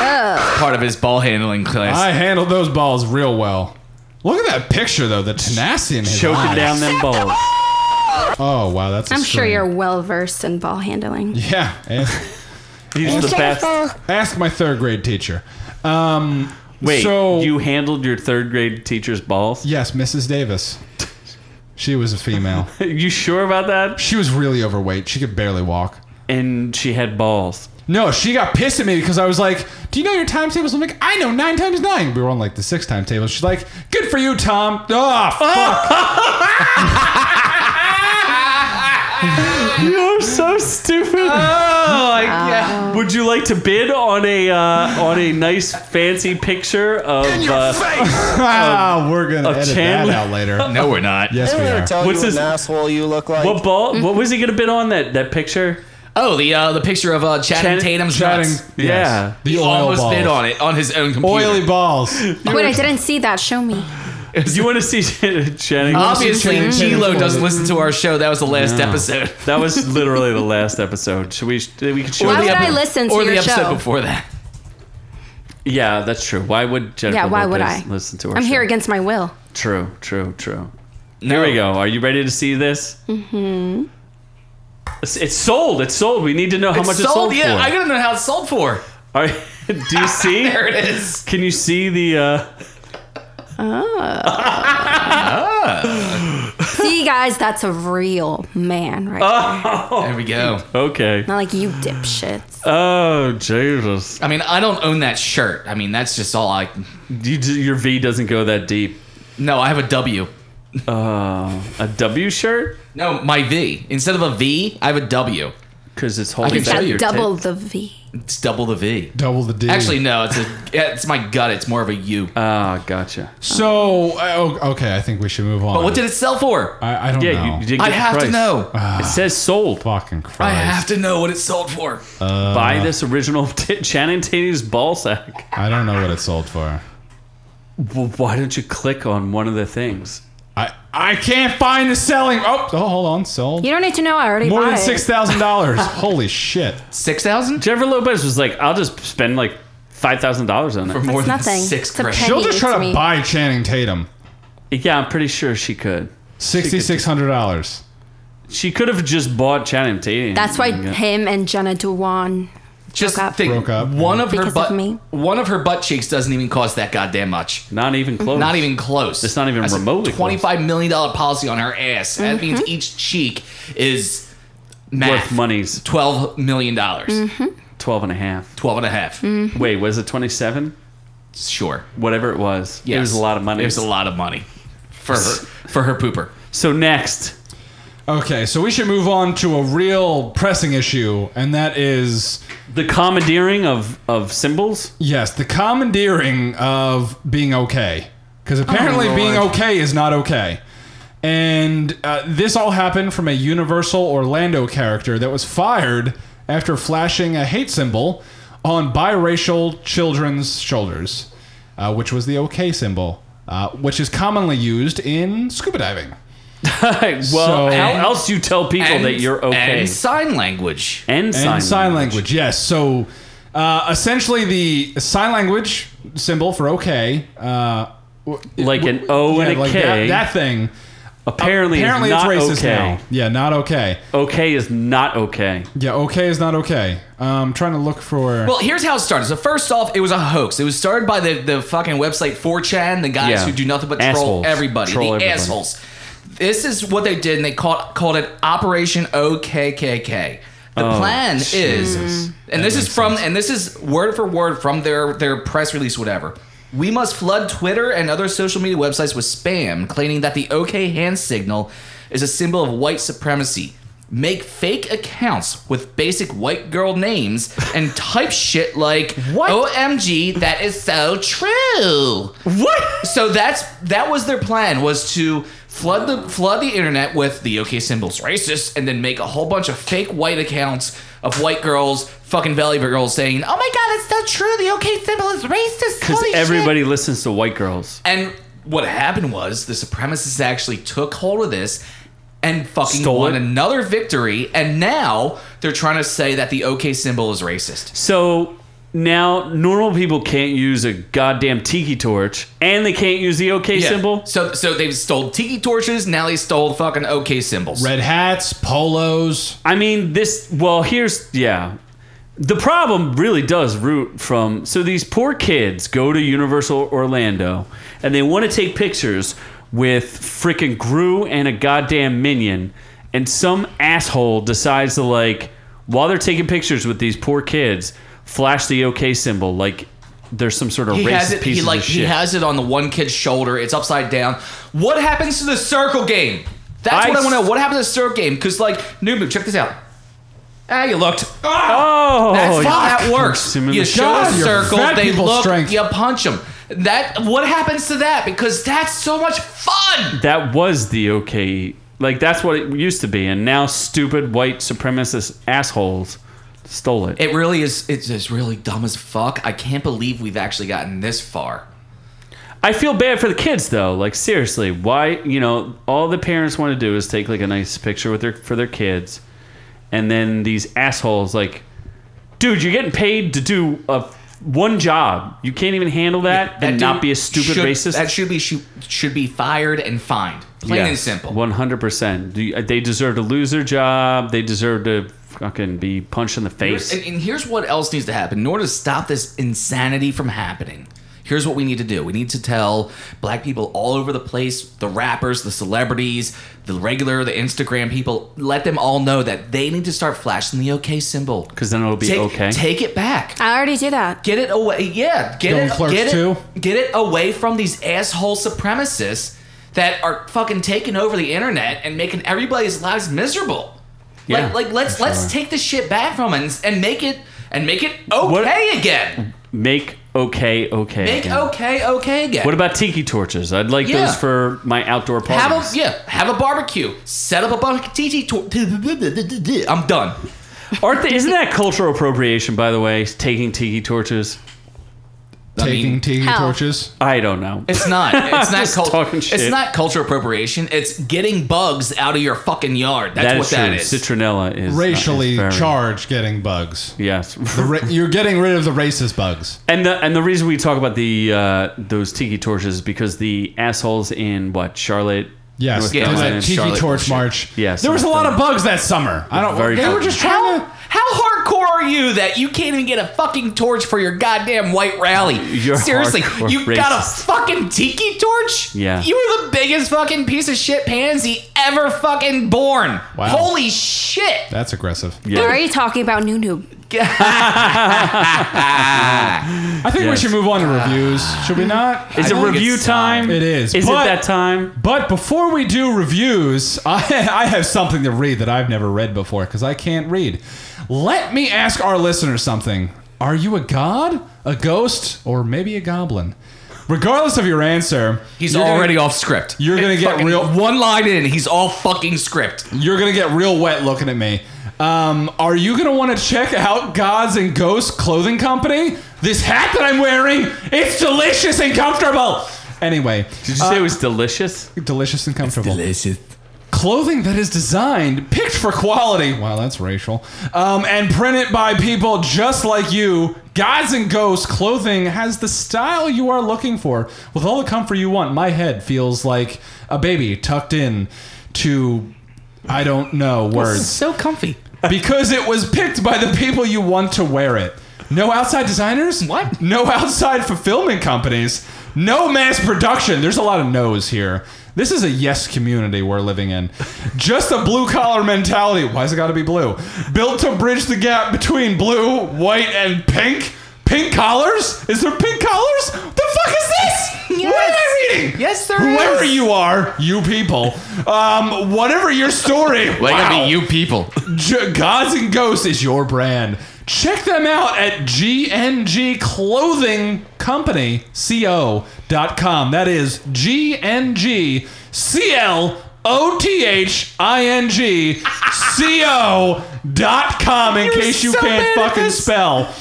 A: Oh.
C: Part of his ball handling class.
D: I handled those balls real well. Look at that picture though, the tenacity in his
B: Choking
D: eyes.
B: down them
A: [LAUGHS]
B: balls.
D: Oh wow, that's. a
A: I'm sure
D: strain.
A: you're well versed in ball handling.
D: Yeah, ask,
B: He's the best.
G: Careful.
D: ask my third grade teacher. Um,
B: Wait,
D: so
B: you handled your third grade teacher's balls?
D: yes, Mrs. Davis. She was a female.
B: [LAUGHS] You sure about that?
D: she was really overweight. She could barely walk.
B: And she had balls.
D: No, she got pissed at me because I was like, "Do you know your timetables?" I'm like, "I know nine times nine. We were on like the six timetable. She's like, "Good for you, Tom." Ah,
C: [LAUGHS]
D: fuck.
B: You're so stupid. [LAUGHS] Would you like to bid on a uh, on a nice fancy picture of uh,
D: [LAUGHS]
H: [LAUGHS]
D: Ah, we're gonna
B: of
D: edit
B: Chandler.
D: that out
C: [LAUGHS]
D: later.
C: [LAUGHS] no, we're not.
D: Yes, we are.
H: Tell
B: What's
H: you
B: his-
H: an asshole you look like.
B: what
A: Mm-hmm.
B: ball? What was he gonna bid on that that picture?
C: Oh, the uh, the picture of uh, Channing
B: Chan-
C: Tatum's
D: Chatting.
C: nuts.
B: Yeah.
D: the
C: He
D: oil
C: almost
D: balls.
C: bid on it on his own computer.
D: Oily
C: [LAUGHS]
D: balls.
A: Wait, I didn't see that. Show me.
B: You want to see [LAUGHS] Channing?
A: Uh-huh.
C: Obviously,
D: Channing Tatum's
C: Kilo
D: oil.
C: doesn't listen to our show. That was the last episode. [LAUGHS]
B: That was literally the last episode. Should we? We could show.
A: Why
B: the
A: would
B: epi-
A: I listen to
C: or the
A: your
C: episode
A: show?
C: before that.
B: Yeah, that's true. Why would Jennifer?
A: Yeah, why would I?
B: Lopez listen to her?
A: I'm
B: show?
A: here against my
B: [LAUGHS]
A: will.
B: True, true, true.
C: There
B: Here we go. Are you ready to see this? Mm-hmm. It's, it's sold. It's sold. We need to know how much it's sold
C: Yeah,
B: for.
C: uh, I gotta know how it's sold for.
B: All right. do you [LAUGHS] see?
C: [LAUGHS] There it is.
B: Can you see the? Uh,
A: See, guys, that's a real man, right?
B: Uh.
C: There we go.
B: okay.
A: Not like you dipshits.
B: Oh Jesus!
C: I mean, I don't own that shirt. I mean, that's just all I.
B: You, d- your V doesn't go that deep.
C: No, I have a W.
B: Uh, a W shirt
C: No, my V. Instead of a V, I have a W.
B: because it's holding.
C: can tell
B: back
C: you.
B: your
A: Double
B: tit-
A: the V.
C: It's double the V.
D: Double the D.
C: Actually, no. It's a. It's my gut. It's more of a U.
B: Ah, gotcha.
D: So uh, oh, okay, I think we should move on.
C: But what did it sell for?
D: I, I don't
B: Yeah,
D: know.
B: you, you didn't get
C: I
B: the
C: have to
B: price. Oh,
C: know.
B: It says sold.
D: Fucking
C: I
D: Christ!
C: have to know what it sold for.
B: Buy this original [LAUGHS] t- Channing Tatum's ball sack.
D: I don't know what it sold for.
B: Well, why don't you click on one of the things?
D: I I can't find the selling. Oh, oh hold on, sold
A: You don't need to know. I already
D: more
A: bought
D: than
A: it.
D: six thousand dollars. [LAUGHS] Holy shit!
C: Six thousand
B: Jennifer Lopez was like, "I'll just spend like five thousand dollars on
C: for
B: it."
C: more
A: It's
C: than
A: nothing.
C: six
A: It's a
C: grand.
A: penny.
D: She'll just
A: Hey,
D: try to
A: it's me.
D: buy Channing Tatum.
B: Yeah, I'm pretty sure she could.
D: Sixty six hundred dollars.
B: She could have just bought Channing Tatum.
A: That's why
B: Yeah.
A: him and Jenna Dewan.
C: Just
A: Broke up.
C: think,
D: Broke up.
C: one of her
A: Because
C: butt,
A: of me.
C: one of her butt cheeks doesn't even cost that goddamn much.
B: Not even close.
C: Not even close.
B: It's not even
C: That's a
B: remotely close.
C: Twenty-five million dollar policy on her ass. That means each cheek is math,
B: worth money's
C: Twelve million dollars.
B: 12 and a half.
C: Twelve and a half.
B: Wait, was it 27?
C: Sure.
B: Whatever it was. It was
C: Yes.
B: a lot of money.
C: It was a lot of money
B: [LAUGHS]
C: for her for her pooper.
B: So next,
D: Okay, so we should move on to a real pressing issue, and that is
B: the commandeering of, of symbols.
D: yes, the commandeering of being okay, because apparently
C: Lord.
D: being okay is not okay. And uh, this all happened from a Universal Orlando character that was fired after flashing a hate symbol on biracial children's shoulders, uh, which was the okay symbol, uh, which is commonly used in scuba diving.
B: [LAUGHS] well,
D: So-
B: how else you tell people
C: And-
B: that you're okay?
C: And sign language.
B: And
D: and sign, language. Yes. So uh, essentially, the sign language symbol for okay, uh,
B: Like an O
D: yeah,
B: Oh, and a K.
D: like that, that thing.
B: apparently,
D: Apparently,
B: is
D: it's
B: not
D: racist
B: okay.
D: now. Yeah, not okay.
B: Okay is not okay.
D: Yeah, okay is not okay. I'm trying to look for.
C: Well, here's how it started. So first off, it was a hoax. It was started by the, the fucking website 4chan, the guys
B: Yeah.
C: who do nothing but
B: Assholes.
C: troll everybody,
B: Troll
C: the
B: everybody.
C: assholes. This is what they did, and they called called it Operation OKKK. The
B: Oh,
C: plan is, and this is from, and this is word for word from their their press release, whatever. We must flood Twitter and other social media websites with spam claiming that the OK hand signal is a symbol of white supremacy make fake accounts with basic white girl names and type shit like OMG that is so true. What? So that's that was their plan was to flood the flood the internet with the okay symbols racist, and then make a whole bunch of fake white accounts of white girls, fucking valley girls, saying, "Oh my god, it's not true. The okay symbol is racist."
B: Because
C: Holy shit."
B: everybody listens to white girls.
C: And what happened was the supremacists actually took hold of this and fucking
B: Stole
C: won
B: it?
C: another victory. And now they're trying to say that the OK symbol is racist.
B: So now normal people can't use a goddamn tiki torch, and they can't use the OK symbol.
C: So so they've stole tiki torches. Now they stole fucking OK symbols.
D: Red hats, polos.
B: I mean, this. Well, here's yeah. The problem really does root from so these poor kids go to Universal Orlando and they want to take pictures with freaking Gru and a goddamn minion, and some asshole decides to like while they're taking pictures with these poor kids, flash the OK symbol like there's some sort of
C: He
B: racist
C: has it.
B: piece
C: He like
B: of
C: he
B: shit.
C: has it on the one kid's shoulder. It's upside down. What happens to the circle game? That's
B: I
C: what I want to
B: s-
C: know. What happened to the circle game? Because like Nubu, check this out. Ah, you looked.
B: oh,
C: That's how
B: you-
C: that works.
B: him in
C: You
B: the
C: show
D: God,
C: a
D: your
C: circle,
D: fat
C: they
D: people's
C: look,
D: strength.
C: you punch them. That what happens to that? Because that's so much fun.
B: that was the okay like that's what it used to be and now stupid white supremacist assholes stole it,
C: It really is. It's just really dumb as fuck. I can't believe we've actually gotten this far.
B: i feel bad for the kids though like seriously why you know all the parents want to do is take like a nice picture with their for their kids and then these assholes like dude you're getting paid to do a one job you can't even handle that, and
C: dude
B: not be a stupid
C: should-
B: racist
C: That should be should, should be fired and fined. Plain and
B: Yes,
C: simple.
B: 100% Do- they deserve to lose their job they deserve to fucking be punched in the face
C: And, and here's what else needs to happen in order to stop this insanity from happening. Here's what we need to do. We need to tell black people all over the place, the rappers, the celebrities, the regular, the Instagram people, let them all know that they need to start flashing the OK symbol.
B: because then it'll be
C: take,
B: okay
C: Take it back.
A: I already do that.
C: Get it away. Yeah, get
D: Going
C: it.
D: Clerks
C: get it.
D: too?
C: Get it away from these asshole supremacists that are fucking taking over the internet and making everybody's lives miserable.
B: Yeah,
C: like, like let's
B: for
C: let's
B: sure.
C: take this shit back from it and, and make it and make it okay again.
B: Make okay, okay.
C: Make
B: again.
C: okay okay again.
B: What about tiki torches? I'd like
C: Yeah.
B: those for my outdoor
C: have
B: parties.
C: a yeah, have a barbecue. Set up a barbecue. I'm done.
B: Aren't they, isn't that cultural appropriation, by the way? Taking tiki torches?
C: I mean,
D: Taking tiki
A: Hell.
D: torches.
B: I don't know. [LAUGHS]
C: It's not. It's not
B: Just
C: culture.
B: talking shit.
C: It's not culture appropriation. It's getting bugs out of your fucking yard. That's
B: That
C: what
B: is
C: that
B: true.
C: is.
B: Citronella is not-
D: Racially
B: is very-
D: charged getting bugs.
B: Yes,
D: The ra- You're getting rid of the racist bugs.
B: and the and the reason we talk about the uh, those tiki torches is because the assholes in what Charlotte.
D: Yes,
B: North
D: yeah,
B: Carolina,
D: that tiki
C: Charlotte
D: torch
C: bullshit.
D: march.
B: Yes,
D: there was a
B: that's
D: lot
B: the-
D: of bugs that summer. I don't.
B: Very
D: They were
B: bugs.
D: just trying
C: How,
D: to.
C: how hardcore are you that you can't even get a fucking torch for your goddamn white
D: [LAUGHS]
C: rally?
B: You're
C: Seriously,
B: hardcore
C: you got a
B: racist.
C: fucking tiki torch?
B: Yeah.
C: You were the biggest fucking piece of shit pansy ever fucking born.
D: Wow.
C: Holy shit.
D: That's aggressive.
B: Yeah.
A: We're already talking about new noob.
D: I think we
B: Yes.
D: should move on to reviews. Should we not?
B: Is it
C: think
B: review
C: it's
B: time?
C: time.
D: It is,
B: Is it
D: but-
B: that time?
D: But before we do reviews, [LAUGHS] I, I have something to read that I've never read before because I can't read. Let me ask our listeners something. Are you a god, a ghost, or maybe a goblin? Regardless of your answer,
C: He's
D: you're
C: already
D: Gonna,
C: off script.
D: you're gonna get
C: Fucking
D: real-
C: One line in, he's all fucking script.
D: you're gonna get real wet looking at me. Um, are you gonna want to check out Gods and Ghosts Clothing Company? This hat that I'm wearing, it's delicious and comfortable. Anyway,
B: Did you say it was delicious?
D: delicious and comfortable.
C: Delicious.
D: clothing that is designed, picked for quality. Wow, that's racial. Um, and printed by people just like you. Gods and Ghosts clothing has the style you are looking for with all the comfort you want. My head feels like a baby tucked in to I don't know words
C: So comfy.
D: because it was picked by the people you want to wear it. No outside designers?
C: What?
D: No outside fulfillment companies. No mass production. There's a lot of no's here. This is a yes community we're living in. Just a blue collar mentality. Why's it got to be blue? Built to bridge the gap between blue, white, and pink. Pink collars? Is there pink collars? The fuck is this? What am I reading?
C: Yes, there
D: Whoever
C: is.
D: you are, you people, um, whatever your story,
C: Why
D: wow.
C: you people?
D: J- Gods and Ghosts is your brand. Check them out at GNG Clothing Company, co.com. That is GNG C-L-O-T-H-I-N-G co.com in case you
C: so
D: can't
C: bad at
D: fucking
C: this.
D: spell.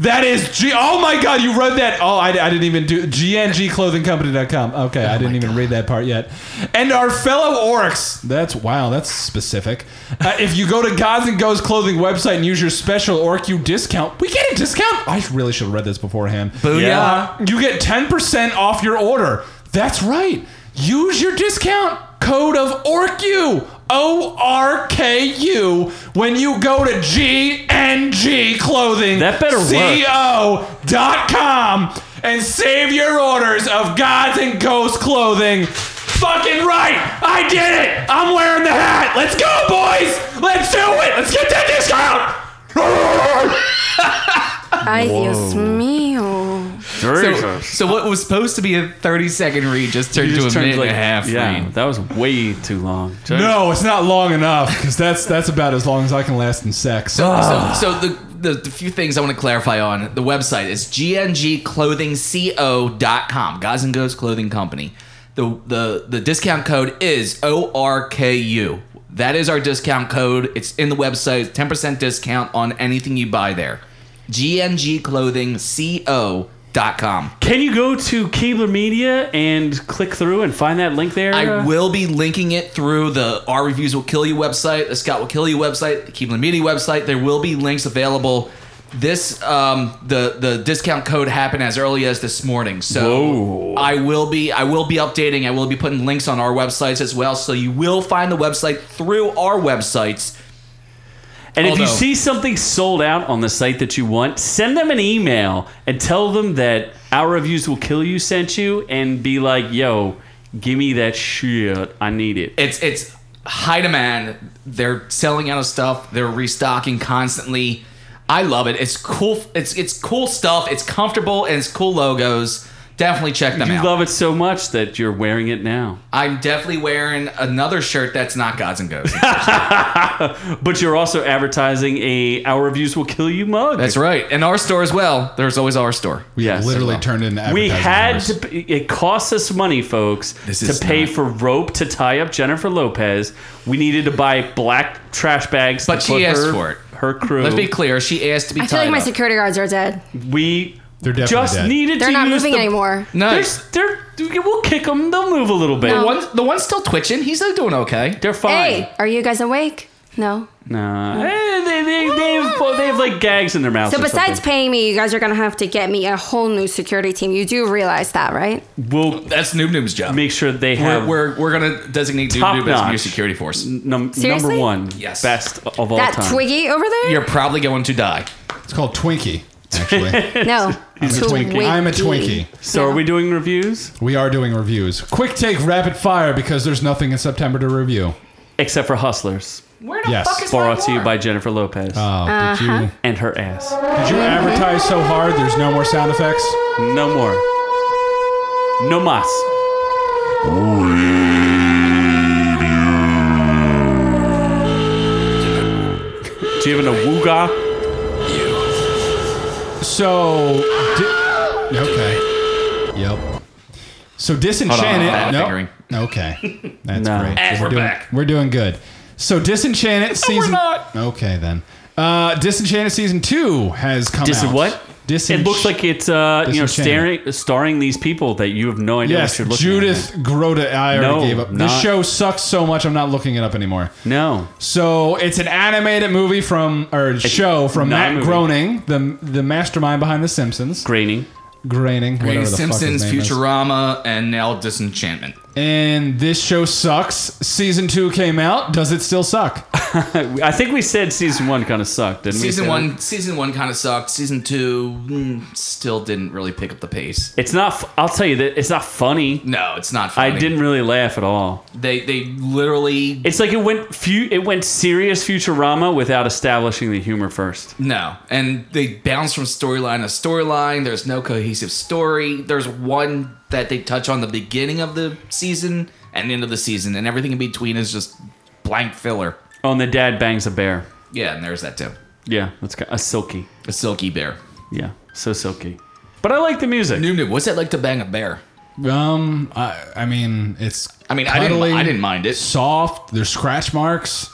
D: That is G. Oh my God, you read that. Oh, I, I didn't even do gngclothingcompany.com. Okay, I didn't even read that part yet. And our fellow orcs. That's wow, that's specific. Uh, if you go to Gods and Goes clothing website and use your special orc, you discount. We get a discount. I really should have read this beforehand.
B: Yeah.
D: You get 10% off your order. That's right. Use your discount code of ORCU, O R K U, when you go to GNG Clothing.
B: That better work.
D: CO.com and save your orders of Gods and Ghosts clothing. Fucking right! I did it! I'm wearing the hat! Let's go, boys! Let's do it! Let's get that discount!
A: Ay, Dios mío.
C: So, so what was supposed to be a 30 second read just turned
B: You
C: to a
B: just turned
C: minute
B: like
C: and a half
B: Yeah,
C: read.
B: that was way too long.
D: [LAUGHS] No, it's not long enough because that's that's about as long as I can last in sex.
C: So, so the, the, the few things I want to clarify on the website is gngclothingco.com, Guys and Goes Clothing Company. The, the, the discount code is ORKU. That is our discount code. It's in the website, 10% discount on anything you buy there. gngclothingco.com.
B: Can you go to Keebler Media and click through and find that link there?
C: I will be linking it through the Our Reviews Will Kill You website, the Scott Will Kill You website, the Keebler Media website. There will be links available. This um, the the discount code happened as early as this morning, so
B: Whoa.
C: I will be I will be updating. I will be putting links on our websites as well, so you will find the website through our websites.
B: And if you
C: Although-
B: see something sold out on the site that you want, send them an email and tell them that our reviews will kill you sent you and be like, yo, give me that shit. I need it.
C: It's it's high demand. They're selling out of stuff. They're restocking constantly. I love it. It's cool. It's it's cool stuff. It's comfortable and it's cool logos. Definitely check them
B: You
C: out.
B: love it so much that you're wearing it now.
C: I'm definitely wearing another shirt that's not Gods and
B: [LAUGHS]
C: Ghosts.
B: But you're also advertising a Our Reviews Will Kill You mug.
C: that's right. And our store as well. There's always our store.
D: we
B: yes.
D: literally turned into
B: We
D: advertising
B: had
D: numbers.
B: to. p- It costs us money, folks,
C: This
B: to
C: is
B: pay
C: not-
B: for rope to tie up Jennifer Lopez. We needed to buy black trash bags.
C: But
B: to
C: she
B: put
C: asked
B: her,
C: for it.
B: Her crew.
C: Let's be clear. She asked to be
A: I feel
C: tied
A: like my
C: up.
A: security guards are dead.
B: we
D: They're definitely
B: just
D: dead.
B: needed
A: They're
B: to
A: not
B: use
A: moving
B: the,
A: anymore.
C: No,
B: They're, s- they're, we'll kick them. They'll move a little bit.
C: the one the one's still twitching. He's like doing okay.
B: They're fine.
A: Hey, are you guys awake? No.
B: Nah. Eh, they, they, they, have, well, they have like gags in their mouths.
A: So
B: or
A: besides
B: something.
A: paying me, you guys are gonna have to get me a whole new security team. You do realize that, right?
B: we'll
C: That's Noob Noob's job.
B: make sure they
C: We're,
B: have
C: we're, we're gonna designate
B: Top
C: Noob Noob as your
B: notch.
C: security force.
B: num- number
A: Seriously?
B: one.
C: Yes.
B: Best of all
A: that
B: time.
A: Twiggy over there?
C: You're probably going to die.
D: It's called Twinkie. Actually,
B: [LAUGHS]
A: no.
D: I'm a Twinkie. I'm a Twinkie.
B: So are we doing reviews?
D: We are doing reviews. Quick take, rapid fire, because there's nothing in September to review.
B: Except for Hustlers.
C: Where the
D: Yes.
C: fuck is Uh-huh.
B: Brought
C: my
B: to you
C: bar?
B: by Jennifer Lopez
D: Oh, did you
B: and her ass.
D: did you advertise so hard? There's no more sound effects.
B: No more. No mas. Do you have an awooga?
D: So, di- okay, yep. So
C: Hold
D: disenchanted.
C: on,
D: No.
C: fingering.
D: Okay, that's
B: No.
D: great.
C: And we're
D: doing,
C: back.
D: We're doing good. So disenchanted season.
C: not.
D: Okay then. Uh, disenchanted season two has come
B: Dis-
D: out.
B: what?
D: Disen-
B: It looks like it's uh, you know
D: Disenchanted.
B: staring, starring these people that you have no idea
D: Yes,
B: what you're looking
D: Judith Grota. I already
B: No,
D: gave up. This
B: not-
D: show sucks so much. I'm not looking it up anymore.
B: at. No,
D: So it's an animated movie from or show from
B: not a
D: Matt
B: movie.
D: Groening, the the mastermind behind The Simpsons.
B: graining.
D: Groening, whatever the
C: Simpsons,
D: fuck his name is.
C: Futurama, and now Disenchantment.
D: And this show sucks. Season two came out. Does it
C: [LAUGHS]
D: still suck?
B: [LAUGHS] I think we said season one kind of sucked. Didn't we
C: Season
B: say
C: one,
B: that?
C: season one kind of sucked. Season two mm, still didn't really pick up the pace.
B: It's not. f- I'll tell you that it's not funny.
C: No, it's not.
B: I
C: Funny.
B: didn't really laugh at all.
C: They they literally
B: It's like it went few. It went serious Futurama without establishing the humor first.
C: No, and they bounce from storyline to storyline. There's no cohesive story. There's one that they touch on the beginning of the season and end of the season, and everything in between is just blank filler.
B: Oh, and the dad bangs a bear.
C: Yeah, and there's that too.
B: Yeah, that's ki- a silky.
C: A silky bear.
B: Yeah, so silky. But I like the music.
C: New, new. What's it like to bang a bear?
D: Um, I, I mean, it's.
C: I mean, I didn't-
D: cuddly,
C: I didn't mind it.
D: Soft. There's scratch marks.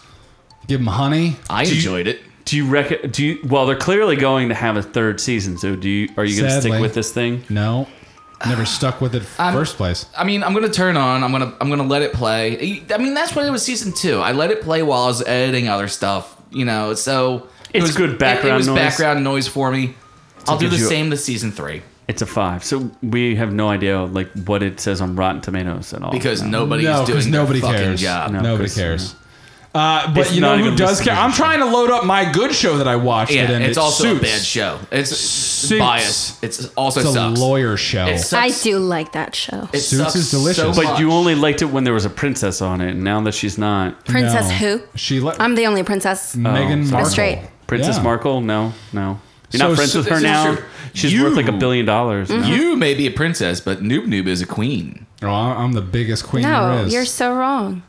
D: Give them honey.
C: I
B: Do you-
C: enjoyed it.
B: Do you reckon? Do you? Well, they're clearly going to have a third season. So do you? Are you going to stick
D: Sadly.
B: with this thing?
D: No,
C: [SIGHS]
D: never stuck with it
C: I'm-
D: first place.
C: I mean, I'm gonna turn on. I'm gonna I'm gonna let it play. I mean, that's when it was season two. I let it play while I was editing other stuff. You know, so it
B: It's
C: was-
B: good
C: it- It,
B: background
C: was
B: noise.
C: background noise for me. I'll do
B: gives
C: the
B: you a-
C: same to season three
B: It's a five. So we have no idea like what it says on Rotten Tomatoes at all.
C: because nobody's
D: no,
C: doing
D: because
C: their
D: nobody
C: fucking
D: cares.
C: job.
B: No,
D: nobody
B: 'cause,
D: cares. Uh, but
B: It's
D: you know
B: not
D: who
B: even
D: does
B: listed
D: care?
B: as a
D: I'm
B: show.
D: trying to load up my good show that I watched.
C: Yeah,
D: that ended.
C: it's also
D: Suits.
C: a bad show. It's, it's
D: Suits.
C: biased. It's also
D: It's a
C: sucks.
D: lawyer show.
C: It
A: I
C: sucks.
A: do like that show.
C: It
D: Suits
C: sucks
D: is delicious.
B: But you
C: much.
B: only liked it when there was a princess on it, and now that she's not,
A: Princess
D: No.
A: who?
D: She let
A: I'm the only princess.
C: Oh,
D: Megan
B: sorry.
D: Markle.
A: straight.
B: Princess
D: Yeah.
B: Markle, no, no, you're
D: So
B: not friends
D: s-
B: with her
C: this is
B: now.
C: true.
B: She's
C: You-
B: worth like a billion dollars. now.
C: You may be a princess, but Noob Noob is a queen.
D: Oh, I- I'm the biggest queen there
A: No,
D: is.
A: you're so wrong.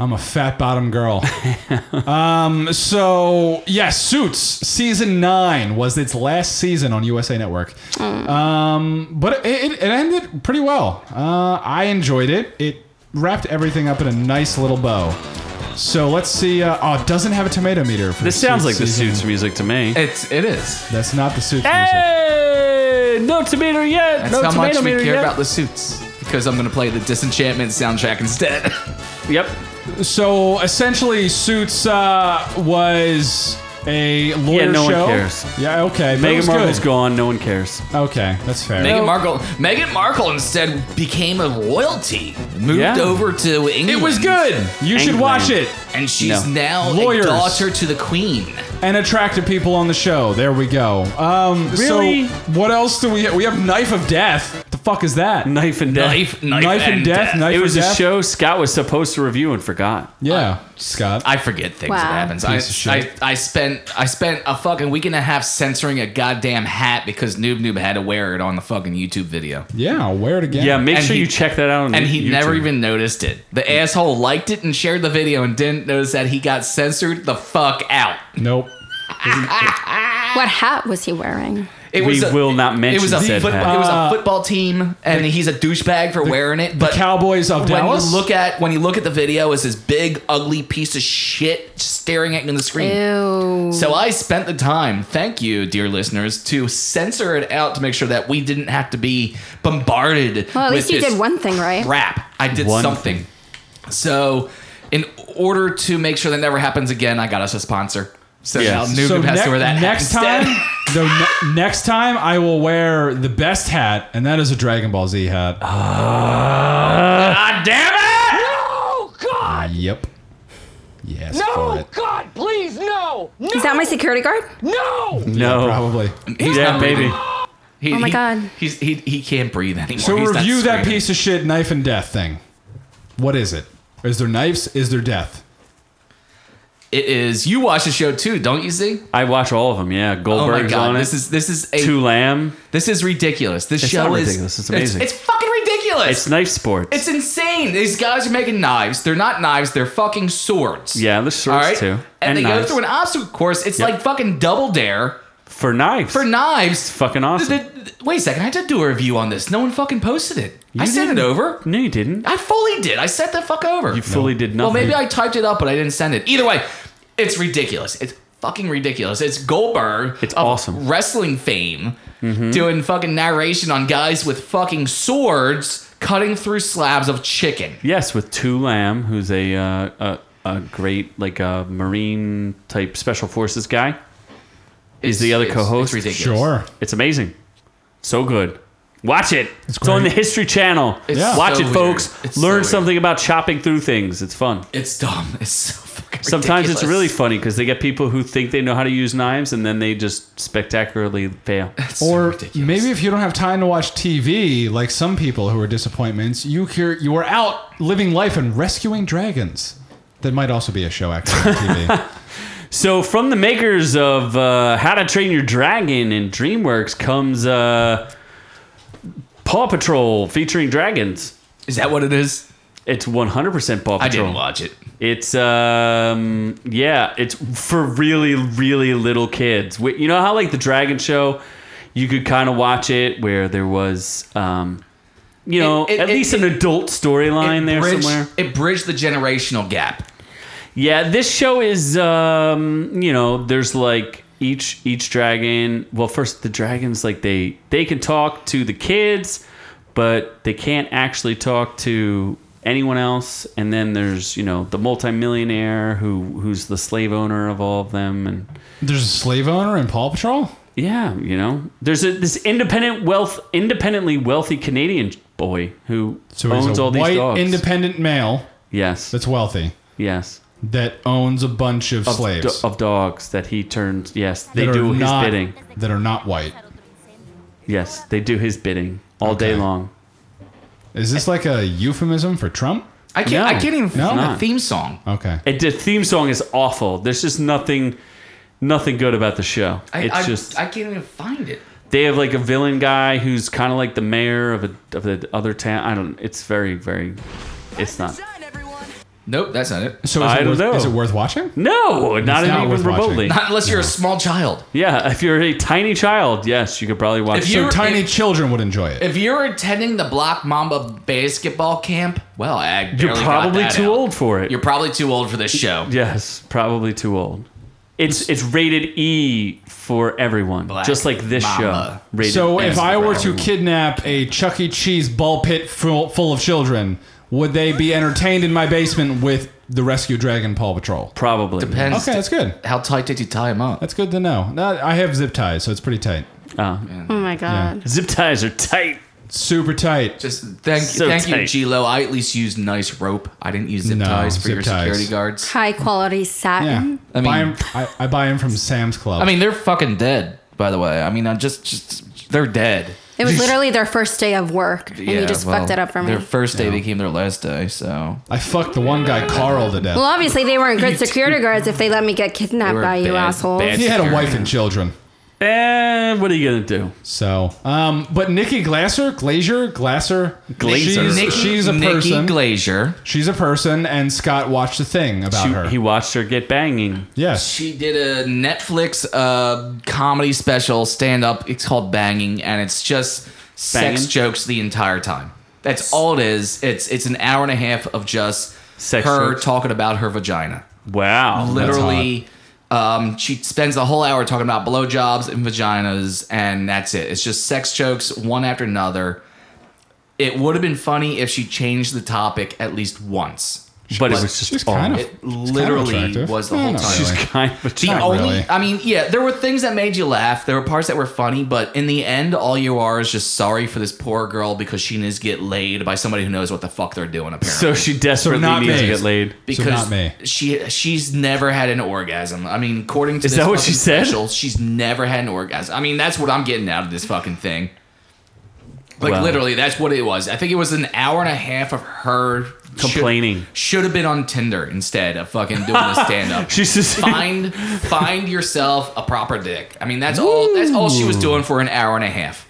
D: I'm a fat bottom girl. [LAUGHS] um, so yes, Suits season nine was its last season on USA Network. Um, but it, it, it ended pretty well. Uh, I enjoyed it. It wrapped everything up in a nice little bow. So let's see. Uh, oh, it doesn't have a tomato meter. For
B: This sounds like the
D: season.
B: Suits Eh. music to me.
C: It's it is.
D: That's not the Suits. music.
B: Hey, no tomato yet.
C: That's
B: no
C: how
B: tomato
C: much we
B: meter
C: care
B: yet.
C: about the suits. Because I'm gonna play the Disenchantment soundtrack instead. [LAUGHS]
B: yep.
D: So essentially, Suits uh, was a lawyer
B: no one
D: show.
B: cares.
D: Yeah. Okay. but it
B: Megan
D: was
B: Markle's
D: good.
B: gone. No one cares. [LAUGHS]
D: Okay, that's fair.
C: Meghan Markle. Meghan Markle instead became a royalty, moved
B: Yeah.
C: over to England.
D: It was good. You should
B: Angling.
D: watch it.
C: and she's
B: No.
C: now
D: Lawyers.
C: a daughter to the Queen.
D: And attractive people on the show. There we go. Um,
B: Really?
D: So what else do we have? We have Knife of Death. What the fuck is that?
B: Knife and death.
C: Knife, knife,
D: Knife and Death, Knife
B: It was
D: and
B: a
D: Death.
B: show Scott was supposed to review and forgot.
D: Yeah, Scott.
C: I forget things
A: Wow.
C: that happens. I,
D: Piece of
C: I
D: shit.
C: I spent I spent a fucking week and a half censoring a goddamn hat because Noob Noob had to wear it on the fucking YouTube video.
D: yeah, I'll wear it again.
B: Yeah, make
C: And
B: sure
C: he-
B: you check that out. On
C: And he
B: YouTube.
C: never even noticed it. The asshole liked it and shared the video and didn't notice that he got censored the fuck out.
D: Nope.
A: What hat was he wearing?
C: It
B: We
C: a-
B: will not mention
C: it was a
B: said
C: foot-
B: hat.
C: It was
A: Uh,
C: a football team, and he's a douchebag for wearing it. But
D: Cowboys of
C: when
D: Dallas.
C: you look at when you look at the video, it's this big, ugly piece of shit staring at you in the screen.
A: Ew.
C: So I spent the time, thank you, dear listeners, to censor it out to make sure that we didn't have to be bombarded.
A: Well, at
C: with
A: least you
C: this
A: did one thing right.
C: Crap, I did
B: One
C: something. So, in order to make sure that never happens again, I got us a sponsor. So
B: Yes.
C: now Noob
D: so
C: Noob has to
D: ne-
C: wear that hat
D: next
C: instead.
D: time, the ne- next time I will wear the best hat, and that is a Dragon Ball Z
C: Oh,
D: hat.
C: God damn it!
E: No, Oh, God!
D: Ah, yep. Yes. for
E: No,
D: it.
E: God, please, no! No!
A: Is that my security guard?
H: [LAUGHS]
E: no!
B: no.
D: Probably.
C: He's
B: Yeah,
C: not
B: maybe.
C: breathing. He-
A: Oh my
C: he-
A: God.
C: He's he, he can't breathe anymore.
D: So
C: He's not
D: review that
C: screaming.
D: piece of shit knife and death thing. What is it? Is there knives? Is there death?
C: It is. You watch the show too, don't you? See?
B: I watch all of them. Yeah,
C: Oh my
B: Goldberg's
C: god!
B: on it.
C: This is this is a
B: Two Lamb.
C: this is ridiculous. This
B: It's
C: show
B: not
C: is
B: ridiculous. It's amazing.
C: It's, fucking ridiculous.
B: It's
C: It's,
B: knife sports.
C: insane. These guys are making knives. They're not knives. They're fucking swords.
B: yeah, there's
C: All
B: swords
C: right.
B: too,
C: And, they
B: knives.
C: go through an obstacle course. It's
B: Yep.
C: like fucking double dare
B: for knives.
C: for knives.
B: fucking awesome.
C: Th- th- th- Wait a second. I did do a review on this. No one fucking posted it. I
B: You
C: sent it
B: didn't. [LAUGHS]
C: over.
B: No, you didn't.
C: I fully did. I sent the fuck over.
B: You fully did
C: Well,
B: nothing.
C: maybe I typed it up, but I didn't send it. Either way, it's ridiculous. It's fucking ridiculous. It's Goldberg.
B: It's
C: of
B: awesome. Mm-hmm.
C: Wrestling fame doing fucking narration on guys with fucking swords cutting through slabs of chicken.
B: Yes, with Two Lamb, who's a uh, a, a great like a marine type special forces guy. Is the other
C: It's-
B: co-host?
C: It's ridiculous.
D: Sure.
B: It's amazing, so good. Watch it. It's, on the
D: great.
B: History Channel.
C: It's
D: Yeah.
B: Watch
C: so
B: it,
C: weird.
B: folks.
C: It's so
B: Learn
C: weird.
B: something about chopping through things. It's fun.
C: It's dumb. It's so fucking
B: Sometimes it's
C: ridiculous.
B: really funny because they get people who think they know how to use knives and then they just spectacularly
C: [LAUGHS]
B: fail.
C: It's so
D: Or
C: ridiculous.
D: maybe if you don't have time to watch TV, like some people who are disappointments, you hear you are out living life and rescuing dragons. That might also be a show actually on
B: [LAUGHS]
D: TV.
B: So, from the makers of uh, How to Train Your Dragon and DreamWorks comes uh, Paw Patrol featuring dragons.
C: Is that what it is?
B: It's 100% Paw Patrol.
C: I didn't watch it.
B: It's um yeah, it's for really really little kids. Wh- You know how like the Dragon Show, you could kind of watch it where there was um you know
C: it-
B: at
C: it-
B: least an adult storyline there
C: bridged,
B: somewhere.
C: It bridged the generational gap.
B: Yeah, this show is um you know there's like each each dragon. Well, first the dragons like they they can talk to the kids, but they can't actually talk to anyone else. And then there's you know the multimillionaire who who's the slave owner of all of them and.
D: There's a slave owner in Paw Patrol.
B: Yeah, you know, there's a, this independent wealth, independently wealthy Canadian boy who
D: So he's
B: owns
D: a
B: all these
D: white
B: dogs.
D: independent male
B: yes,
D: that's wealthy
B: yes,
D: that owns a bunch of,
B: Do-
D: slaves
B: of dogs that he turns. Yes, they
D: that are
B: do his
D: not-
B: bidding.
D: that are not white.
B: Yes, they do his bidding all day
D: Okay.
B: long.
D: Is this like a euphemism for Trump?
C: I can't.
B: No,
C: I can't even
D: no.
C: find a
B: not.
C: theme song.
D: Okay.
B: It, the theme song is awful. There's just nothing, nothing good about the show.
C: I,
B: it's
C: I,
B: just
C: I can't even find it.
B: they have like a villain guy who's kind of like the mayor of a of the other town. I don't. It's very very. It's not.
C: Nope, that's not it.
D: So is,
B: I
D: it
B: don't
D: worth,
B: know.
D: is it worth watching?
B: No, not,
D: not
B: even
D: worth watching.
B: remotely.
C: Not unless you're a small child.
B: [LAUGHS] Yeah, if you're a tiny child, yes, you could probably watch.
C: If
B: it.
C: you-
D: So
C: You're-
D: tiny
C: if-
D: children would enjoy it.
C: If you're attending the Black Mamba basketball camp, well, I
B: you're
C: barely got
B: probably
C: that
B: too
C: out.
B: old for it.
C: You're probably too old for this show.
B: yes, probably too old. It's it's rated E for everyone,
C: Black
B: just like this
C: Mama.
B: show. Rated
D: so
B: E.
D: if I were to
B: Everyone.
D: kidnap a Chuck E. Cheese ball pit full, full of children, would they be entertained in my basement with the Rescue Dragon Paw Patrol?
B: probably
C: Depends
D: Okay, that's good.
C: How tight did you tie him up?
D: That's good to know. No, I have zip ties, so it's pretty tight.
B: Oh.
A: Oh my god.
B: zip ties are tight.
D: Super tight.
C: Just thank
B: So
C: thank
B: tight.
C: you, Lo. I at least used nice rope. I didn't use zip
D: No,
C: ties for
D: zip
C: your
D: ties.
C: security guards.
A: High quality
D: Yeah.
A: satin.
D: I
C: I
D: buy
C: mean-
D: 'em- I, I buy them from Sam's Club.
C: I mean, they're fucking dead. By the way, I mean, I just just they're dead.
A: It was literally their first day of work, and you just
C: well,
A: fucked it up for me.
C: Their first day became their last day, so
D: I fucked the one guy Carl to death.
A: well, obviously they weren't
C: [LAUGHS]
A: good security guards if they let me get kidnapped
C: were
A: by you
C: bad-
A: assholes.
C: bad
D: he had a wife and children.
B: And Eh, what are you gonna do?
D: So, um, but Nikki Glasser, Glazier, Glasser,
B: Glaser.
D: She's,
B: Nikki-
D: she's a
C: Nikki
D: person.
C: Glazier.
D: she's a person, and Scott watched a thing about
B: She-
D: her.
B: he watched her get banging.
D: yes,
C: [LAUGHS] She did a Netflix uh, comedy special stand up. It's called Banging, and it's just sex
B: Banging?
C: jokes the entire time. That's all it is. It's it's an hour and a half of just
B: Sex
C: her
B: jokes.
C: talking about her vagina.
B: Wow.
C: Literally, um, she spends the whole hour talking about blowjobs and vaginas, and that's it. It's just sex jokes one after another. It would have been funny if she changed the topic at least once.
B: but it was just
D: she's
B: all-
D: kind of
C: It
D: she's kind of
C: literally
D: attractive.
C: was the
D: Yeah,
C: whole
D: not
C: time.
B: She's
D: really.
B: kind of a
C: The
B: child.
D: Not
C: only,
D: really.
C: I mean, yeah, there were things that made you laugh. There were parts that were funny, but in the end, all you are is just sorry for this poor girl because she needs to get laid by somebody who knows what the fuck they're doing. Apparently,
B: So she desperately
D: So not
B: needs to
D: me.
B: get laid.
C: because
D: not me.
C: she she's never had an orgasm. I mean, according to
B: Is
C: this
B: that what
C: fucking
B: she said?
C: special, she's never had an orgasm. I mean, that's what I'm getting out of this fucking thing. Like
B: Wow.
C: literally, that's what it was. I think it was an hour and a half of her should-
B: Complaining.
C: Should have been on Tinder instead of fucking
B: [LAUGHS]
C: doing a stand up.
B: She's just
C: find find yourself a proper dick. I mean, that's all that's all she was doing for an hour and a half.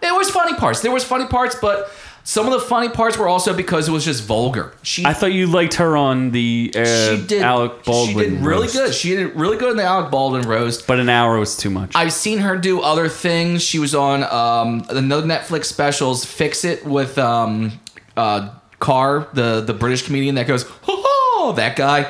C: There was funny parts. There was funny parts, but some of the funny parts were also because it was just vulgar.
B: [LAUGHS]
C: She
B: I thought you liked her on the uh,
C: she did
B: Alec Baldwin.
C: She did really
B: roast.
C: good. She did really good in the Alec Baldwin roast.
B: But an hour was too much.
C: I've seen her do other things. She was on um, another Netflix specials, Fix It with um, uh, Carr, the the British comedian that goes, oh, that guy.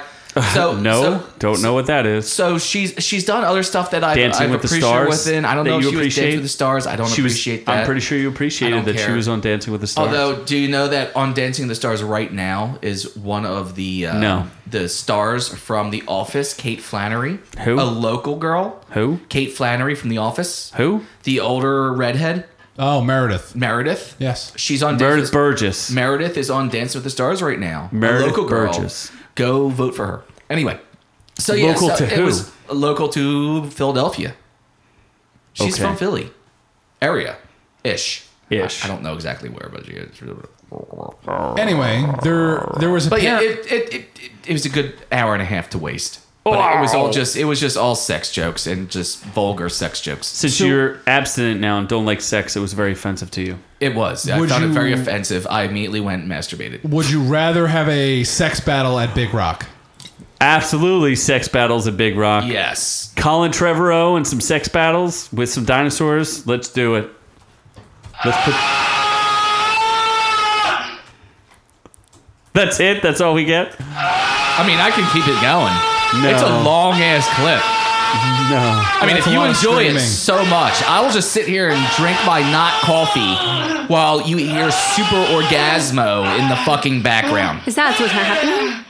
C: So
B: [LAUGHS] no,
C: so-
B: don't know what that is.
C: so she's she's done other stuff that I
B: Dancing
C: I've
B: with the
C: appreciated
B: Stars
C: Within. I don't
B: that
C: know if
B: you
C: she was
B: appreciate?
C: Dancing with the Stars. I don't
B: she was.
C: appreciate that.
B: I'm pretty sure you
C: I
B: appreciated
C: don't
B: that she
C: care.
B: was on Dancing with the Stars.
C: Although, do you know that on Dancing with the Stars right now is one of the uh,
B: No.
C: the stars from The Office, Kate Flannery,
B: Who?
C: a local girl,
B: who?
C: Kate Flannery from The Office,
B: Who?
C: the older redhead
D: Oh, Meredith.
C: Meredith.
D: Yes.
C: she's on Dancing
B: Meredith
C: with the-
B: Burgess.
C: Meredith is on Dancing with the Stars right now. A
B: Meredith
C: local girl.
B: Burgess.
C: Go vote for her. Anyway, so yeah,
B: Local
C: so
B: to
C: it
B: who?
C: was local to Philadelphia. She's
B: Okay.
C: from Philly area ish.
B: Ish.
C: I, I don't know exactly where, but she is.
D: Anyway, there there was a
C: But yeah,
D: parent-
C: it, it, it, it, it was a good hour and a half to waste. But it was all just it was just all sex jokes and just vulgar sex jokes.
B: Since you're abstinent now and don't like sex, it was very offensive to you.
C: It was. I
D: Would
C: found it very
D: you-
C: offensive. I immediately went and masturbated.
D: Would you rather have a sex battle at Big Rock?
B: Absolutely, sex battles at Big Rock.
C: Yes.
B: Colin Trevorrow and some sex battles with some dinosaurs. Let's do it. Let's put. That's it. That's all we get.
C: I mean, I can keep it going.
B: No.
C: It's a long ass clip.
B: No.
C: I mean,
D: That's
C: if
D: a
C: you
D: lot of
C: enjoy it
D: screaming.
C: so much, I will just sit here and drink my not coffee while you hear Super Orgasmo in the fucking background.
A: Is that what's happening?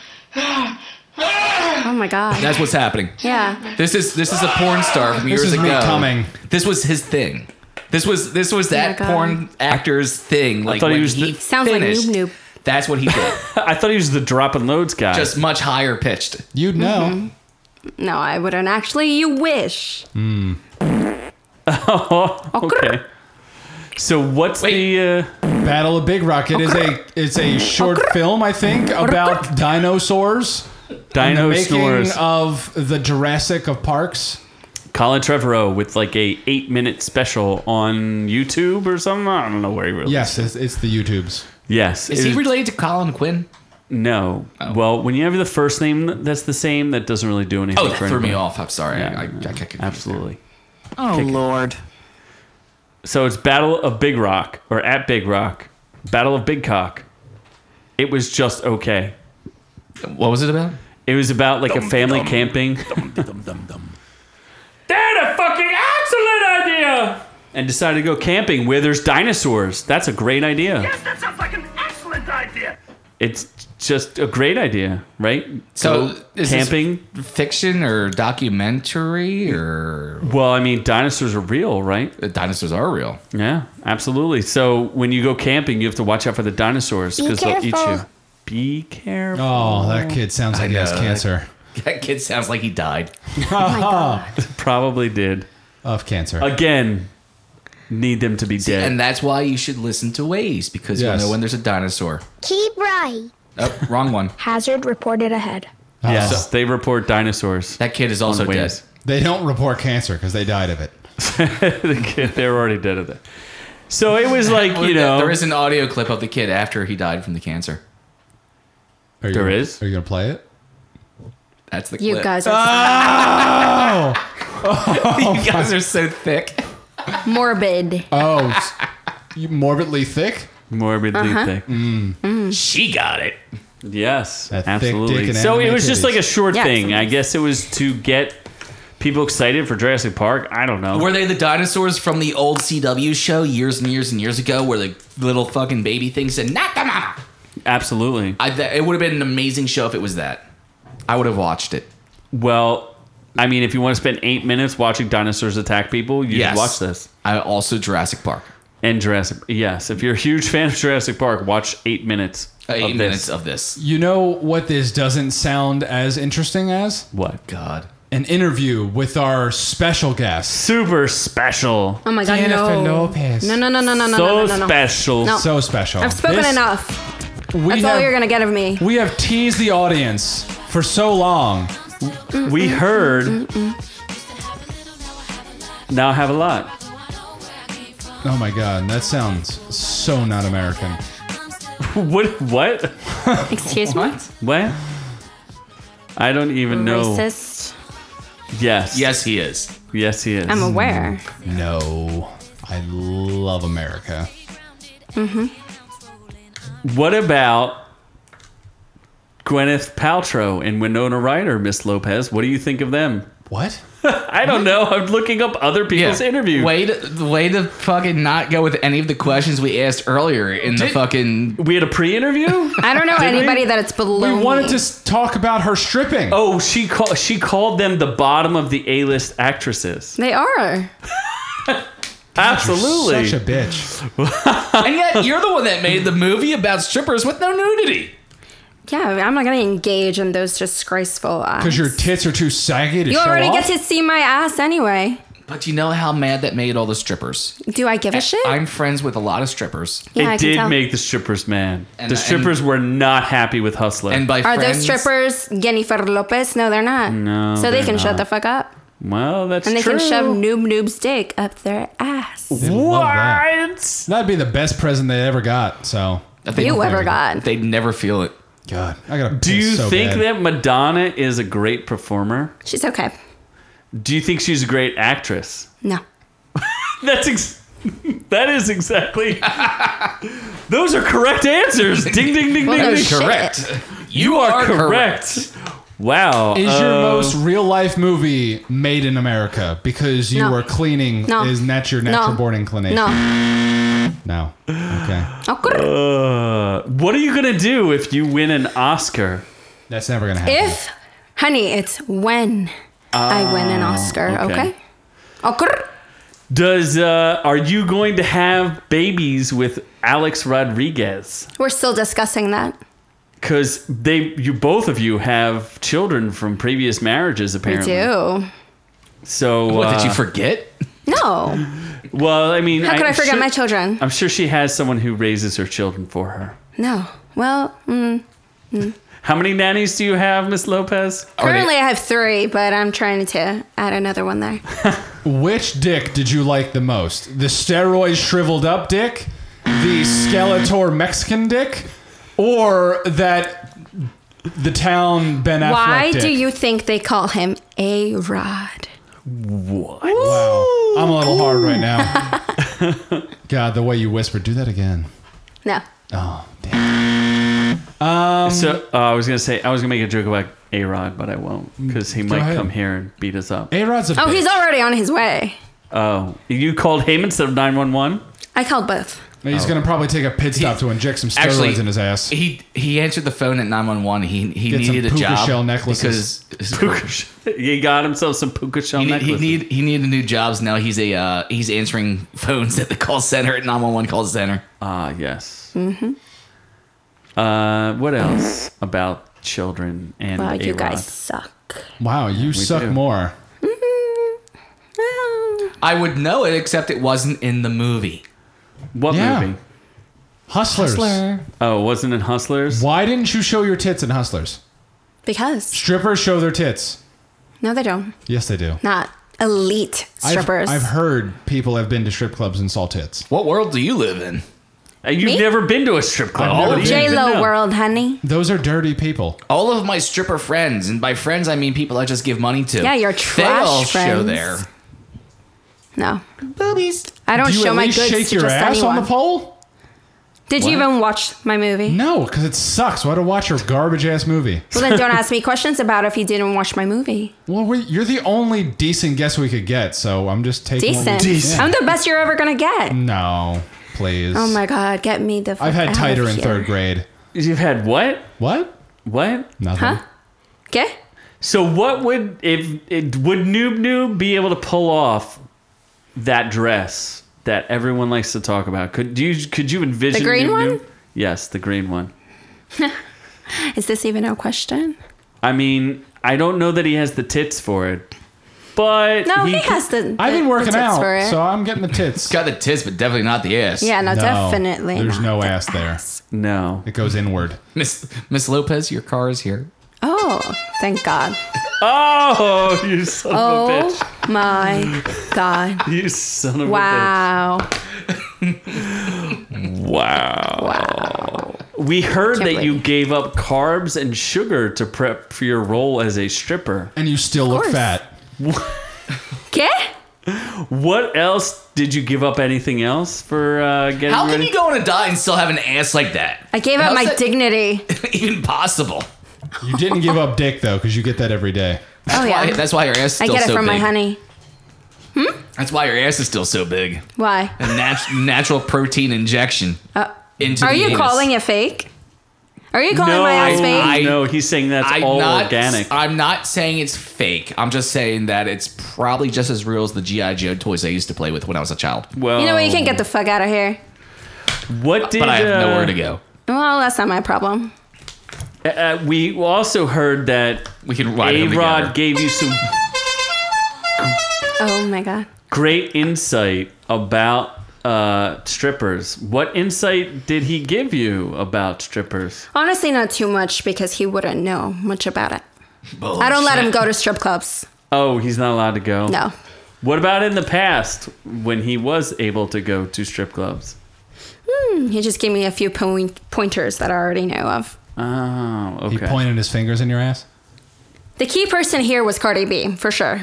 A: Oh my god.
C: That's what's happening.
A: yeah.
C: This is this is a porn star from years
D: is
C: ago.
D: me coming.
C: This was his thing. This was this was that
A: God.
C: porn actor's thing. Like
B: thought he
C: when
B: was
C: he
B: the-
A: Sounds like
C: finished,
A: Noob Noob.
C: That's what he
D: [LAUGHS]
C: did.
B: I thought he was the drop and loads guy.
C: Just much higher pitched.
D: You'd know.
A: No, I wouldn't actually. You wish.
C: Hmm.
A: [LAUGHS]
C: [LAUGHS]
B: okay. So what's
C: Wait.
B: the? Uh,
D: Battle of Big Rock. It is a it's a short film, I think, about dinosaurs. and the
B: Dino
D: making
B: snores.
C: uh,
D: of the Jurassic of parks.
B: Colin Trevorrow with like a eight minute special on YouTube or something. I don't know where he really.
D: Yes, it's, it's the YouTubes.
B: Yes.
C: Is
B: it
C: he related to Colin Quinn?
B: No.
C: Oh.
B: Well, when you have the first name that's the same, that doesn't really do anything.
C: Oh, that
B: for
C: threw me
B: anybody.
C: off. I'm sorry.
B: Yeah,
C: I, I, I got confused
B: Absolutely.
H: Oh lord.
B: So it's Battle of Big Rock or at Big Rock, Battle of Big Cock. It was just okay.
C: there. What was it about?
B: It was about like a family camping. They had a fucking excellent idea. And decided to go camping where there's dinosaurs. That's a great idea.
E: Yes, that sounds like an excellent idea.
B: It's just a great idea, right? Go
C: So, is this-
B: camping.
C: Fiction or documentary or
B: Well, I mean, dinosaurs are real, right?
C: dinosaurs are real?
B: Yeah, absolutely. So when you go camping, you have to watch out for the dinosaurs
G: Be
B: because they'll eat you.
G: careful.
B: Be careful.
D: Oh, that kid sounds like he has
C: know.
D: cancer.
C: [LAUGHS] That kid sounds like he died.
B: Probably did.
D: Of cancer.
B: Again, need them to be dead.
C: And that's why you should listen to Waze because
D: Yes.
C: you'll know when there's a dinosaur.
G: Keep right.
C: Oh, wrong
A: [LAUGHS]
C: one.
I: Hazard reported ahead.
D: Oh,
B: yes, they report dinosaurs.
C: That kid is also
B: Waze.
C: dead.
D: They don't report cancer because they died of it.
B: [LAUGHS] The kid- They're already dead of that. So it
C: [LAUGHS]
B: was like you know
C: there is an audio clip of the kid after he died from the cancer.
D: Are you
B: There
D: gonna,
B: is?
D: Are you gonna play it?
C: That's the
A: You
C: clip.
A: guys are
C: Ah! [LAUGHS] you guys are so thick.
A: morbid.
D: [LAUGHS] Oh, s- you morbidly thick.
B: morbidly
G: Uh-huh.
B: thick.
C: Mm-hmm. She got it.
B: Yes,
D: That thick dick
B: absolutely.
D: and
B: So it
D: anime
B: was just
D: titties.
B: like a short
A: Yeah,
B: thing. I
A: sometimes.
B: guess it was to get people excited for Jurassic Park. I don't know.
C: Were they the dinosaurs from the old CW show years and years and years ago where the little fucking baby thing said, not the mama?
B: absolutely.
C: I, th- it would have been an amazing show if it was that. I would have watched it.
B: Well, I mean, if you want to spend eight minutes watching dinosaurs attack people, you
C: Yes.
B: should watch this.
C: I also Jurassic Park.
B: And Jurassic, yes. If you're a huge [LAUGHS] fan of Jurassic Park, watch eight minutes.
C: Eight
B: of
C: minutes
B: This.
C: of this.
D: You know what this doesn't sound as interesting as
B: what?
C: God.
D: an interview with our special guest.
B: Super special.
A: Oh my god,
D: Jennifer
A: no.
D: Lopez.
A: No, no, no, no, no, no,
B: so
A: no, no, no.
B: special.
A: No.
D: So special.
A: I've spoken
D: This-
A: enough.
D: We
A: That's all you're gonna get of me.
D: We have teased the audience for so long.
B: We heard. Now I have a lot. [LAUGHS]
D: Oh my god, that sounds so not American.
B: What? What?
A: Excuse me.
B: What? I don't even know.
A: Racist.
B: Yes.
C: Yes, he is.
B: Yes, he is.
A: I'm aware.
D: No, I love America.
B: what about Gwyneth Paltrow and Winona Ryder, Miss Lopez? What do you think of them?
D: [LAUGHS] What?
B: I don't know. I'm looking up other people's interviews.
C: Way to, way to fucking not go with any of the questions we asked earlier in the fucking.
B: We had a pre-interview.
A: [LAUGHS] I don't know
B: Did we?
A: anybody that it's
D: We
A: below.
D: wanted
A: me.
D: to s- talk about her stripping.
B: oh, she called. She called them the bottom of the A-list actresses.
A: They are.
B: Absolutely.
D: Such a
C: [LAUGHS]
D: bitch.
C: and yet, you're the one that made the movie about strippers with no nudity.
A: Yeah, I'm not gonna engage in those disgraceful.
D: Because your
A: acts.
D: tits are too saggy to
A: You
D: show
A: already
D: off.
A: get to see my ass anyway.
C: But you know how mad that made all the strippers.
A: Do I give a shit?
C: I'm friends with a lot of strippers,
A: yeah, I
B: it
A: can
B: did
A: tell.
B: make the strippers mad.
C: And-
B: the strippers were not happy with Hustler.
C: and by
A: Are
C: friends,
A: those strippers Jennifer Lopez? No, they're not.
B: No,
A: So they
B: they're
A: can shut
B: not.
A: the fuck up.
B: well, that's
A: And they
B: true.
A: can shove Noob Noob's dick up their ass.
D: Love that.
B: What?
D: That'd be the best present they ever got. So,
C: If they-
A: You ever got.
C: They'd never feel it.
D: God, I gotta.
B: Do you think
D: bad.
B: that Madonna is a great performer?
A: She's okay.
B: Do you think she's a great actress?
A: No.
B: That's ex- [LAUGHS] that is exactly. Those are correct answers. Ding ding ding
A: Oh,
B: ding. ding.
A: shit.
C: Correct.
B: You are correct. Wow.
D: is your
B: uh,
D: most real life movie made in America? Because you
A: No.
D: were cleaning
A: No.
D: is not your natural
A: No.
D: born inclination.
A: No.
D: No. Okay.
A: Oh, grr.
B: Uh, what are you gonna do if you win an Oscar?
D: That's never gonna happen.
A: If, honey, it's when I win an Oscar,
B: okay.
A: okay? Oh, grr.
B: Does uh, are you going to have babies with Alex Rodriguez?
A: We're still discussing that.
B: Because they, you both of you have children from previous marriages,
A: We
B: apparently.
A: do.
B: So
C: What did you
B: uh,
C: forget?
A: No.
B: Well, I mean,
A: How could I forget
B: sure-
A: my children?
B: I'm sure she has someone who raises her children for her.
A: No. Well, mm,
B: How many nannies do you have, Miss Lopez?
A: currently I have three, but I'm trying to add another one there.
D: Which dick did you like the most? The steroid shriveled up dick, the Skeletor Mexican dick, or that the town Ben Affleck
A: Why
D: dick?
A: do you think they call him A Rod?
D: Wow, I'm a little hard right now.
A: [LAUGHS]
D: God, the way you whispered, do that again.
A: No.
D: Oh, damn. Um,
B: so uh, I was gonna say I was gonna make a joke about A Rod, but I won't because he might
D: ahead.
B: come here and beat us up.
D: A Rod's a.
A: Oh,
D: bitch.
A: he's already on his way.
B: Oh, you called him instead of nine one one.
A: I called both.
D: He's gonna probably take a pit stop to inject some steroids
C: Actually,
D: in his ass.
C: He he answered the phone at 911. He he
D: Get some
C: needed a
D: puka
C: job
D: shell necklaces.
C: [LAUGHS] because his-
B: Puka shell. He got himself some puka shell
C: he, need, he
B: necklaces.
C: need he needed new jobs. Now he's a uh, he's answering [LAUGHS] phones at the call center at 911 call center.
B: Ah, yes. Mm-hmm. Uh, what else about children and
A: Wow,
B: A-Rod?
A: you guys suck.
D: wow, you suck
B: do.
D: more.
C: I would know it, except it wasn't in the movie.
B: What
D: Yeah.
B: movie?
D: Hustlers.
B: Oh, wasn't it Hustlers?
D: Why didn't you show your tits in Hustlers?
A: Because.
D: Strippers show their tits.
A: No, they don't.
D: Yes, they do.
A: Not elite
D: I've-
A: strippers.
D: I've, heard people have been to strip clubs and saw tits.
C: What world do you live in?
B: Uh, You've
A: Me?
B: never been to a strip club.
D: I've
B: All
D: never
B: of you
D: been.
A: J
B: even
A: Lo
B: know.
A: world, honey.
D: Those are dirty people.
C: All of my stripper friends, and by friends I mean people I just give money to.
A: Yeah, your
C: They
A: trash
C: all show
A: friends.
C: their
A: No,
C: boobies.
A: I don't
D: do you
A: show
D: at
A: my
D: least
A: goods
D: shake
A: to
D: your
A: just
D: ass
A: anyone.
D: on the pole?
A: Did you even watch my movie?
D: No, because it sucks. Why do I watch your garbage ass movie?
A: Well, then
D: [LAUGHS]
A: don't ask me questions about if you didn't watch my movie.
D: Well, we, you're the only decent guest we could get, so I'm just taking. what we-
A: Decent. I'm the best you're ever gonna get.
D: No, please.
A: Oh my god, get me the.
D: I've
A: fuck out
D: had
A: of
D: tighter in
A: here.
D: third grade.
B: You've had what?
D: What?
B: What?
D: Nothing.
A: Huh? Okay.
B: So what would if it would Noob Noob be able to pull off that dress that everyone likes to talk about? Could do you could you envision
A: green
B: Noob
A: one?
B: Noob? Yes, the green one.
A: Is this even a question?
B: I mean, I don't know that he has the tits for it, but
A: No, he,
B: could-
A: has the.
D: I've
A: the-
D: been
A: the
D: working
A: tits for
D: out,
A: it.
D: so I'm getting the tits.
C: Got the tits, but definitely not the ass.
A: yeah, no, definitely.
D: There's
A: not.
D: no ass there.
B: No.
D: It goes inward.
C: Miss Miss Lopez, your car is here.
A: Oh, thank God.
B: Oh, you son of a bitch!
A: Oh my God.
D: [LAUGHS]
B: You son of
A: Wow.
B: a bitch! Wow! We heard
A: Can't
B: that you
A: believe-
B: gave up carbs and sugar to prep for your role as a stripper.
D: And you still look
A: course.
D: fat.
A: Okay.
B: What else did you give up? Anything else for uh, getting
C: How can
B: ready?
C: you go on a diet and still have an ass like that?
A: I gave up
C: How's
A: my
C: that [LAUGHS]
A: dignity.
C: even possible?
D: You didn't
A: [LAUGHS]
D: give up dick though, because you get that every day.
A: Oh
C: Why-
A: yeah.
C: that's why your ass is
A: I
C: still
A: get it
C: so
A: from my
C: big.
A: honey.
C: That's why your ass is still so big.
A: Why? Uh,
C: A nat- [LAUGHS] natural protein injection into
A: Are
C: the
A: you
C: anus.
A: calling it fake? Are you calling
B: no,
A: my
B: I,
A: ass fake?
B: I know he's saying that's
C: I'm
B: all
C: not,
B: organic.
C: I'm not saying it's fake. I'm just saying that it's probably just as real as the GI Joe toys I used to play with when I was a child.
B: well,
A: you know what? You can't get the fuck out of here.
B: What did
C: But I have
B: uh,
C: nowhere to go.
A: Well, that's not my problem.
B: Uh, we also heard that
C: We can ride
B: A
C: home
B: Rod
C: together.
B: gave you some
A: Oh my god.
B: great insight about uh, strippers. What insight did he give you about strippers?
A: Honestly, not too much because he wouldn't know much about it. I don't let him go to strip clubs.
B: Oh, he's not allowed to go.
A: No.
B: What about in the past when he was able to go to strip clubs?
A: He just gave me a few point- pointers that I already know of.
B: Oh, okay.
D: He pointed his fingers in your ass.
A: The key person here was Cardi B, for sure.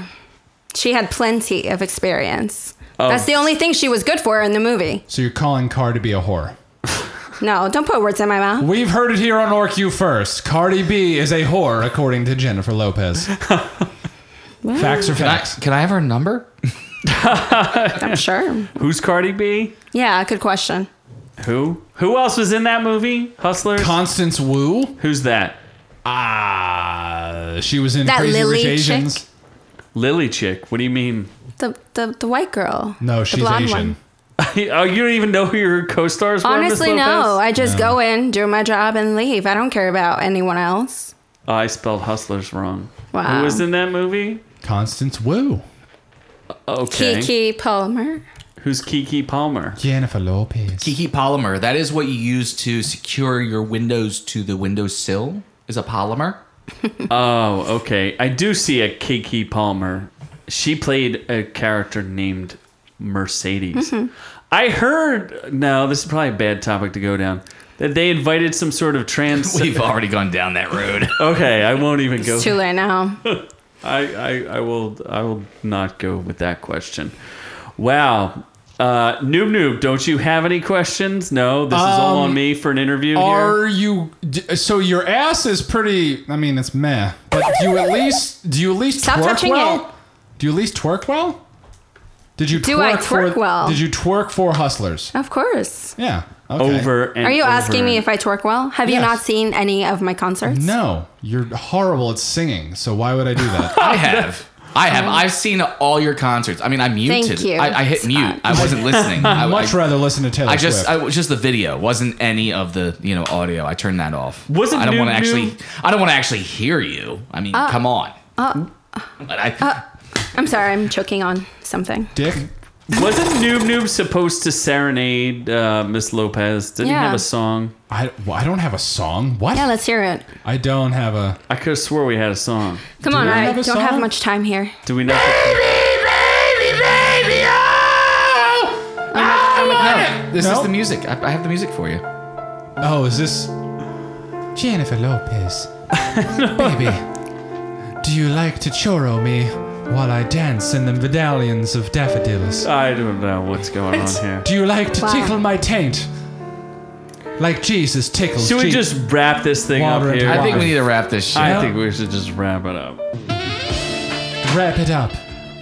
A: She had plenty of experience.
B: Oh.
A: That's the only thing she was good for in the movie.
D: So you're calling Cardi B a whore.
A: No, don't put words in my mouth.
D: We've heard it here on OrQ first. Cardi B is a whore, according to Jennifer
A: [LAUGHS]
D: Lopez. facts are
C: Can I,
D: facts.
C: can I have her number?
B: [LAUGHS]
A: I'm sure.
B: Who's Cardi B?
A: Yeah, good question.
B: Who? Who else was in that movie? Hustlers.
D: Constance Wu.
B: Who's that?
D: Ah, she was in
A: That
D: Crazy
A: Lily
D: Rich Asians.
A: chick?
B: Lily chick. What do you mean? [LAUGHS]
A: The the, the white girl.
D: No,
A: the
D: she's
A: blonde
D: Asian.
A: one.
B: oh, you don't even know who your co-stars were. Miss
A: Honestly, no.
B: Lopez?
A: I just go in, do my job, and leave. I don't care about anyone else.
B: Oh, I spelled hustlers wrong.
A: Wow.
B: Who was in that movie?
D: Constance Wu.
B: Okay.
A: Kiki Palmer.
B: Who's Kiki Palmer?
D: Jennifer Lopez.
C: Kiki polymer. That is what you use to secure your windows to the windowsill. Is a
B: [LAUGHS]
C: polymer.
B: Oh, okay. I do see a Kiki Palmer. She played a character named Mercedes.
A: Mm-hmm.
B: I heard. No, this is probably a bad topic to go down. That they invited some sort of
C: [LAUGHS]
B: trans.
C: We've already gone down that road.
B: okay, I won't even go.
A: It's too late
D: [LAUGHS]
A: now.
B: I, I, I will I will not go with that question. Wow. Uh, Noob Noob, don't you have any questions? No, this is all
D: Um,
B: on me for an interview here.
D: Are you d- so your ass is pretty? I mean, it's meh. But do you at least do you at least
A: Stop
D: twerk
A: touching
D: well?
A: it.
D: Do you at least twerk well? Did you twerk
A: Do I twerk
D: for,
A: well?
D: Did you twerk for hustlers?
A: Of course.
D: Yeah. Okay.
B: Over and
A: Are you asking
B: over.
A: me if I twerk well? Have you
D: Yes.
A: not seen any of my concerts?
D: No, you're horrible at singing. So why would I do
C: [LAUGHS]
D: that?
C: I have. I have. I've seen all your concerts. I mean, I muted.
A: you,
C: I, I hit
A: Scott.
C: mute. I wasn't listening. I,
D: I'd much
C: I,
D: rather listen to Taylor
C: I just.
D: Swift.
C: I was just the video. Wasn't any of the you know audio. I turned that off.
B: Wasn't
C: I don't
B: Noob
C: want to
B: Noob-
C: actually. I don't want to actually hear you. I mean, come on. [LAUGHS] But I,
A: I'm sorry, I'm choking on something.
D: Dick.
B: Wasn't Noob Noob supposed to serenade uh, Miss Lopez? Didn't he
A: Yeah.
B: have a song?
D: I, well, I don't have a song. What?
A: Yeah, let's hear it.
D: I don't have a.
B: I could have swore we had a song.
A: Come on,
D: we
A: I
D: have a
A: don't have
D: song?
A: much time here.
B: Do we not?
C: no, this
D: No.
C: is the music. I, I have the music for you.
D: Oh, is this
B: [LAUGHS]
D: Jennifer Lopez? Baby, do you like to choro me while I dance in the medallions of daffodils?
B: I don't know what's going on here.
D: Do you like to
A: Wow.
D: tickle my taint like Jesus tickles?
B: Should we
D: Je-
B: just wrap this thing up
D: Water into
B: here?
C: I think
D: Why?
C: we need to wrap this shit.
B: I
D: up.
B: think we should just wrap it up.
D: wrap it up?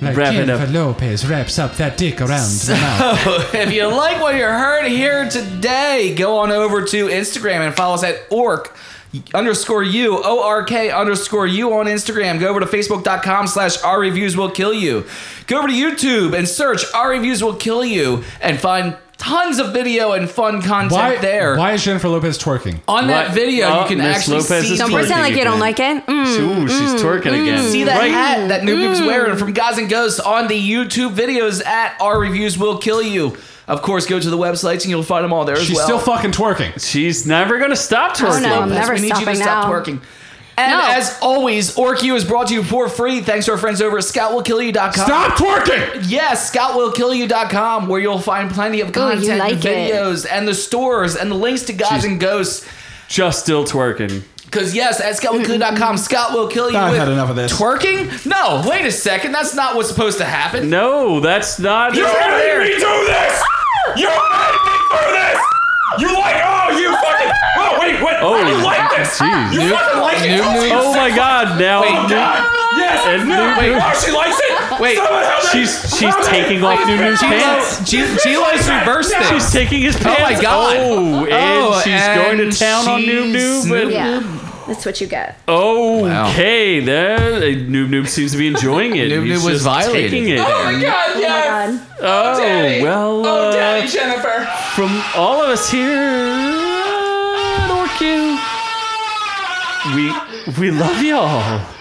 D: Like
B: Wrap it up.
D: Jennifer Lopez wraps up
B: [LAUGHS]
D: that dick around the mouth.
C: If you like what you heard here today, go on over to Instagram and follow us at orc underscore u o-r-k underscore u on instagram go over to facebook.com slash our reviews will kill you go over to youtube and search our reviews will kill you and find tons of video and fun content
D: Why,
C: there
D: why is Jennifer Lopez twerking?
C: on that
B: What?
C: video
B: Oh,
C: you can
B: Miss
C: actually
B: Lopez
C: see,
B: is
A: Don't
B: twerking
A: pretend like you don't
B: again.
A: like it. Mm.
B: Ooh, she's twerking again.
C: see that
B: Right. Mm.
C: hat that new keeps wearing from guys and ghosts on the youtube videos at our reviews will kill you of course go to the websites and you'll find them all there
B: Oh,
C: as
D: She's
C: well
D: still fucking twerking.
B: She's never gonna stop twerking.
A: Oh, no, I'm
C: Lopez,
A: never
C: we need you
A: stopping
C: to stop
A: now.
C: twerking. And
A: No.
C: as always, OrcU is brought to you for free thanks to our friends over at ScottWillKillYou.com.
D: Stop twerking!
C: Yes, ScottWillKillYou.com, where you'll find plenty
A: Ooh,
C: of
A: you
C: content, and
A: like it.
C: videos, and the stores, and the links to gods and ghosts.
B: Just still twerking.
C: Because yes, at
A: [LAUGHS]
C: ScottWillKillYou.com, Scott will kill you.
D: I've
C: with
D: had enough of this.
C: Twerking? No, wait a second. That's not what's supposed to happen.
B: No, that's not.
C: [LAUGHS]
H: You
B: that's not
H: made
B: there.
H: me do this!
E: Ah!
H: You made me do this! You like, oh, you fucking, oh, wait, what?
B: Oh,
H: you like this!
B: jeez.
H: You fucking like it,
C: Noob
H: don't you?
C: Noob.
B: Oh my God! Now
C: Wait,
B: Noob-
H: Yes!
B: And
H: no,
B: Noob
H: wait,
B: Noob-
H: oh, she likes it!
C: Wait.
H: Someone help me!
B: she's she's
H: Help me!
B: taking off
H: Please,
B: New News
H: please.
B: pants.
C: G- G-Lo's reversed it.
B: She's taking his pants.
C: my God.
B: Oh, and
C: Oh,
B: she's
C: and
B: going to town on Noob
C: she's-
B: Noob. and-
A: Yeah. That's what you get.
B: Okay, there. uh, Noob Noob seems to be enjoying it.
C: [LAUGHS] Noob
B: He's
C: Noob was
B: just
C: violated.
B: Taking it.
C: Oh
B: Oh,
C: God, yes.
A: God.
C: Daddy.
B: well.
C: Oh,
B: uh,
C: Daddy Jennifer.
B: from all of us here at Orkin, we we love y'all.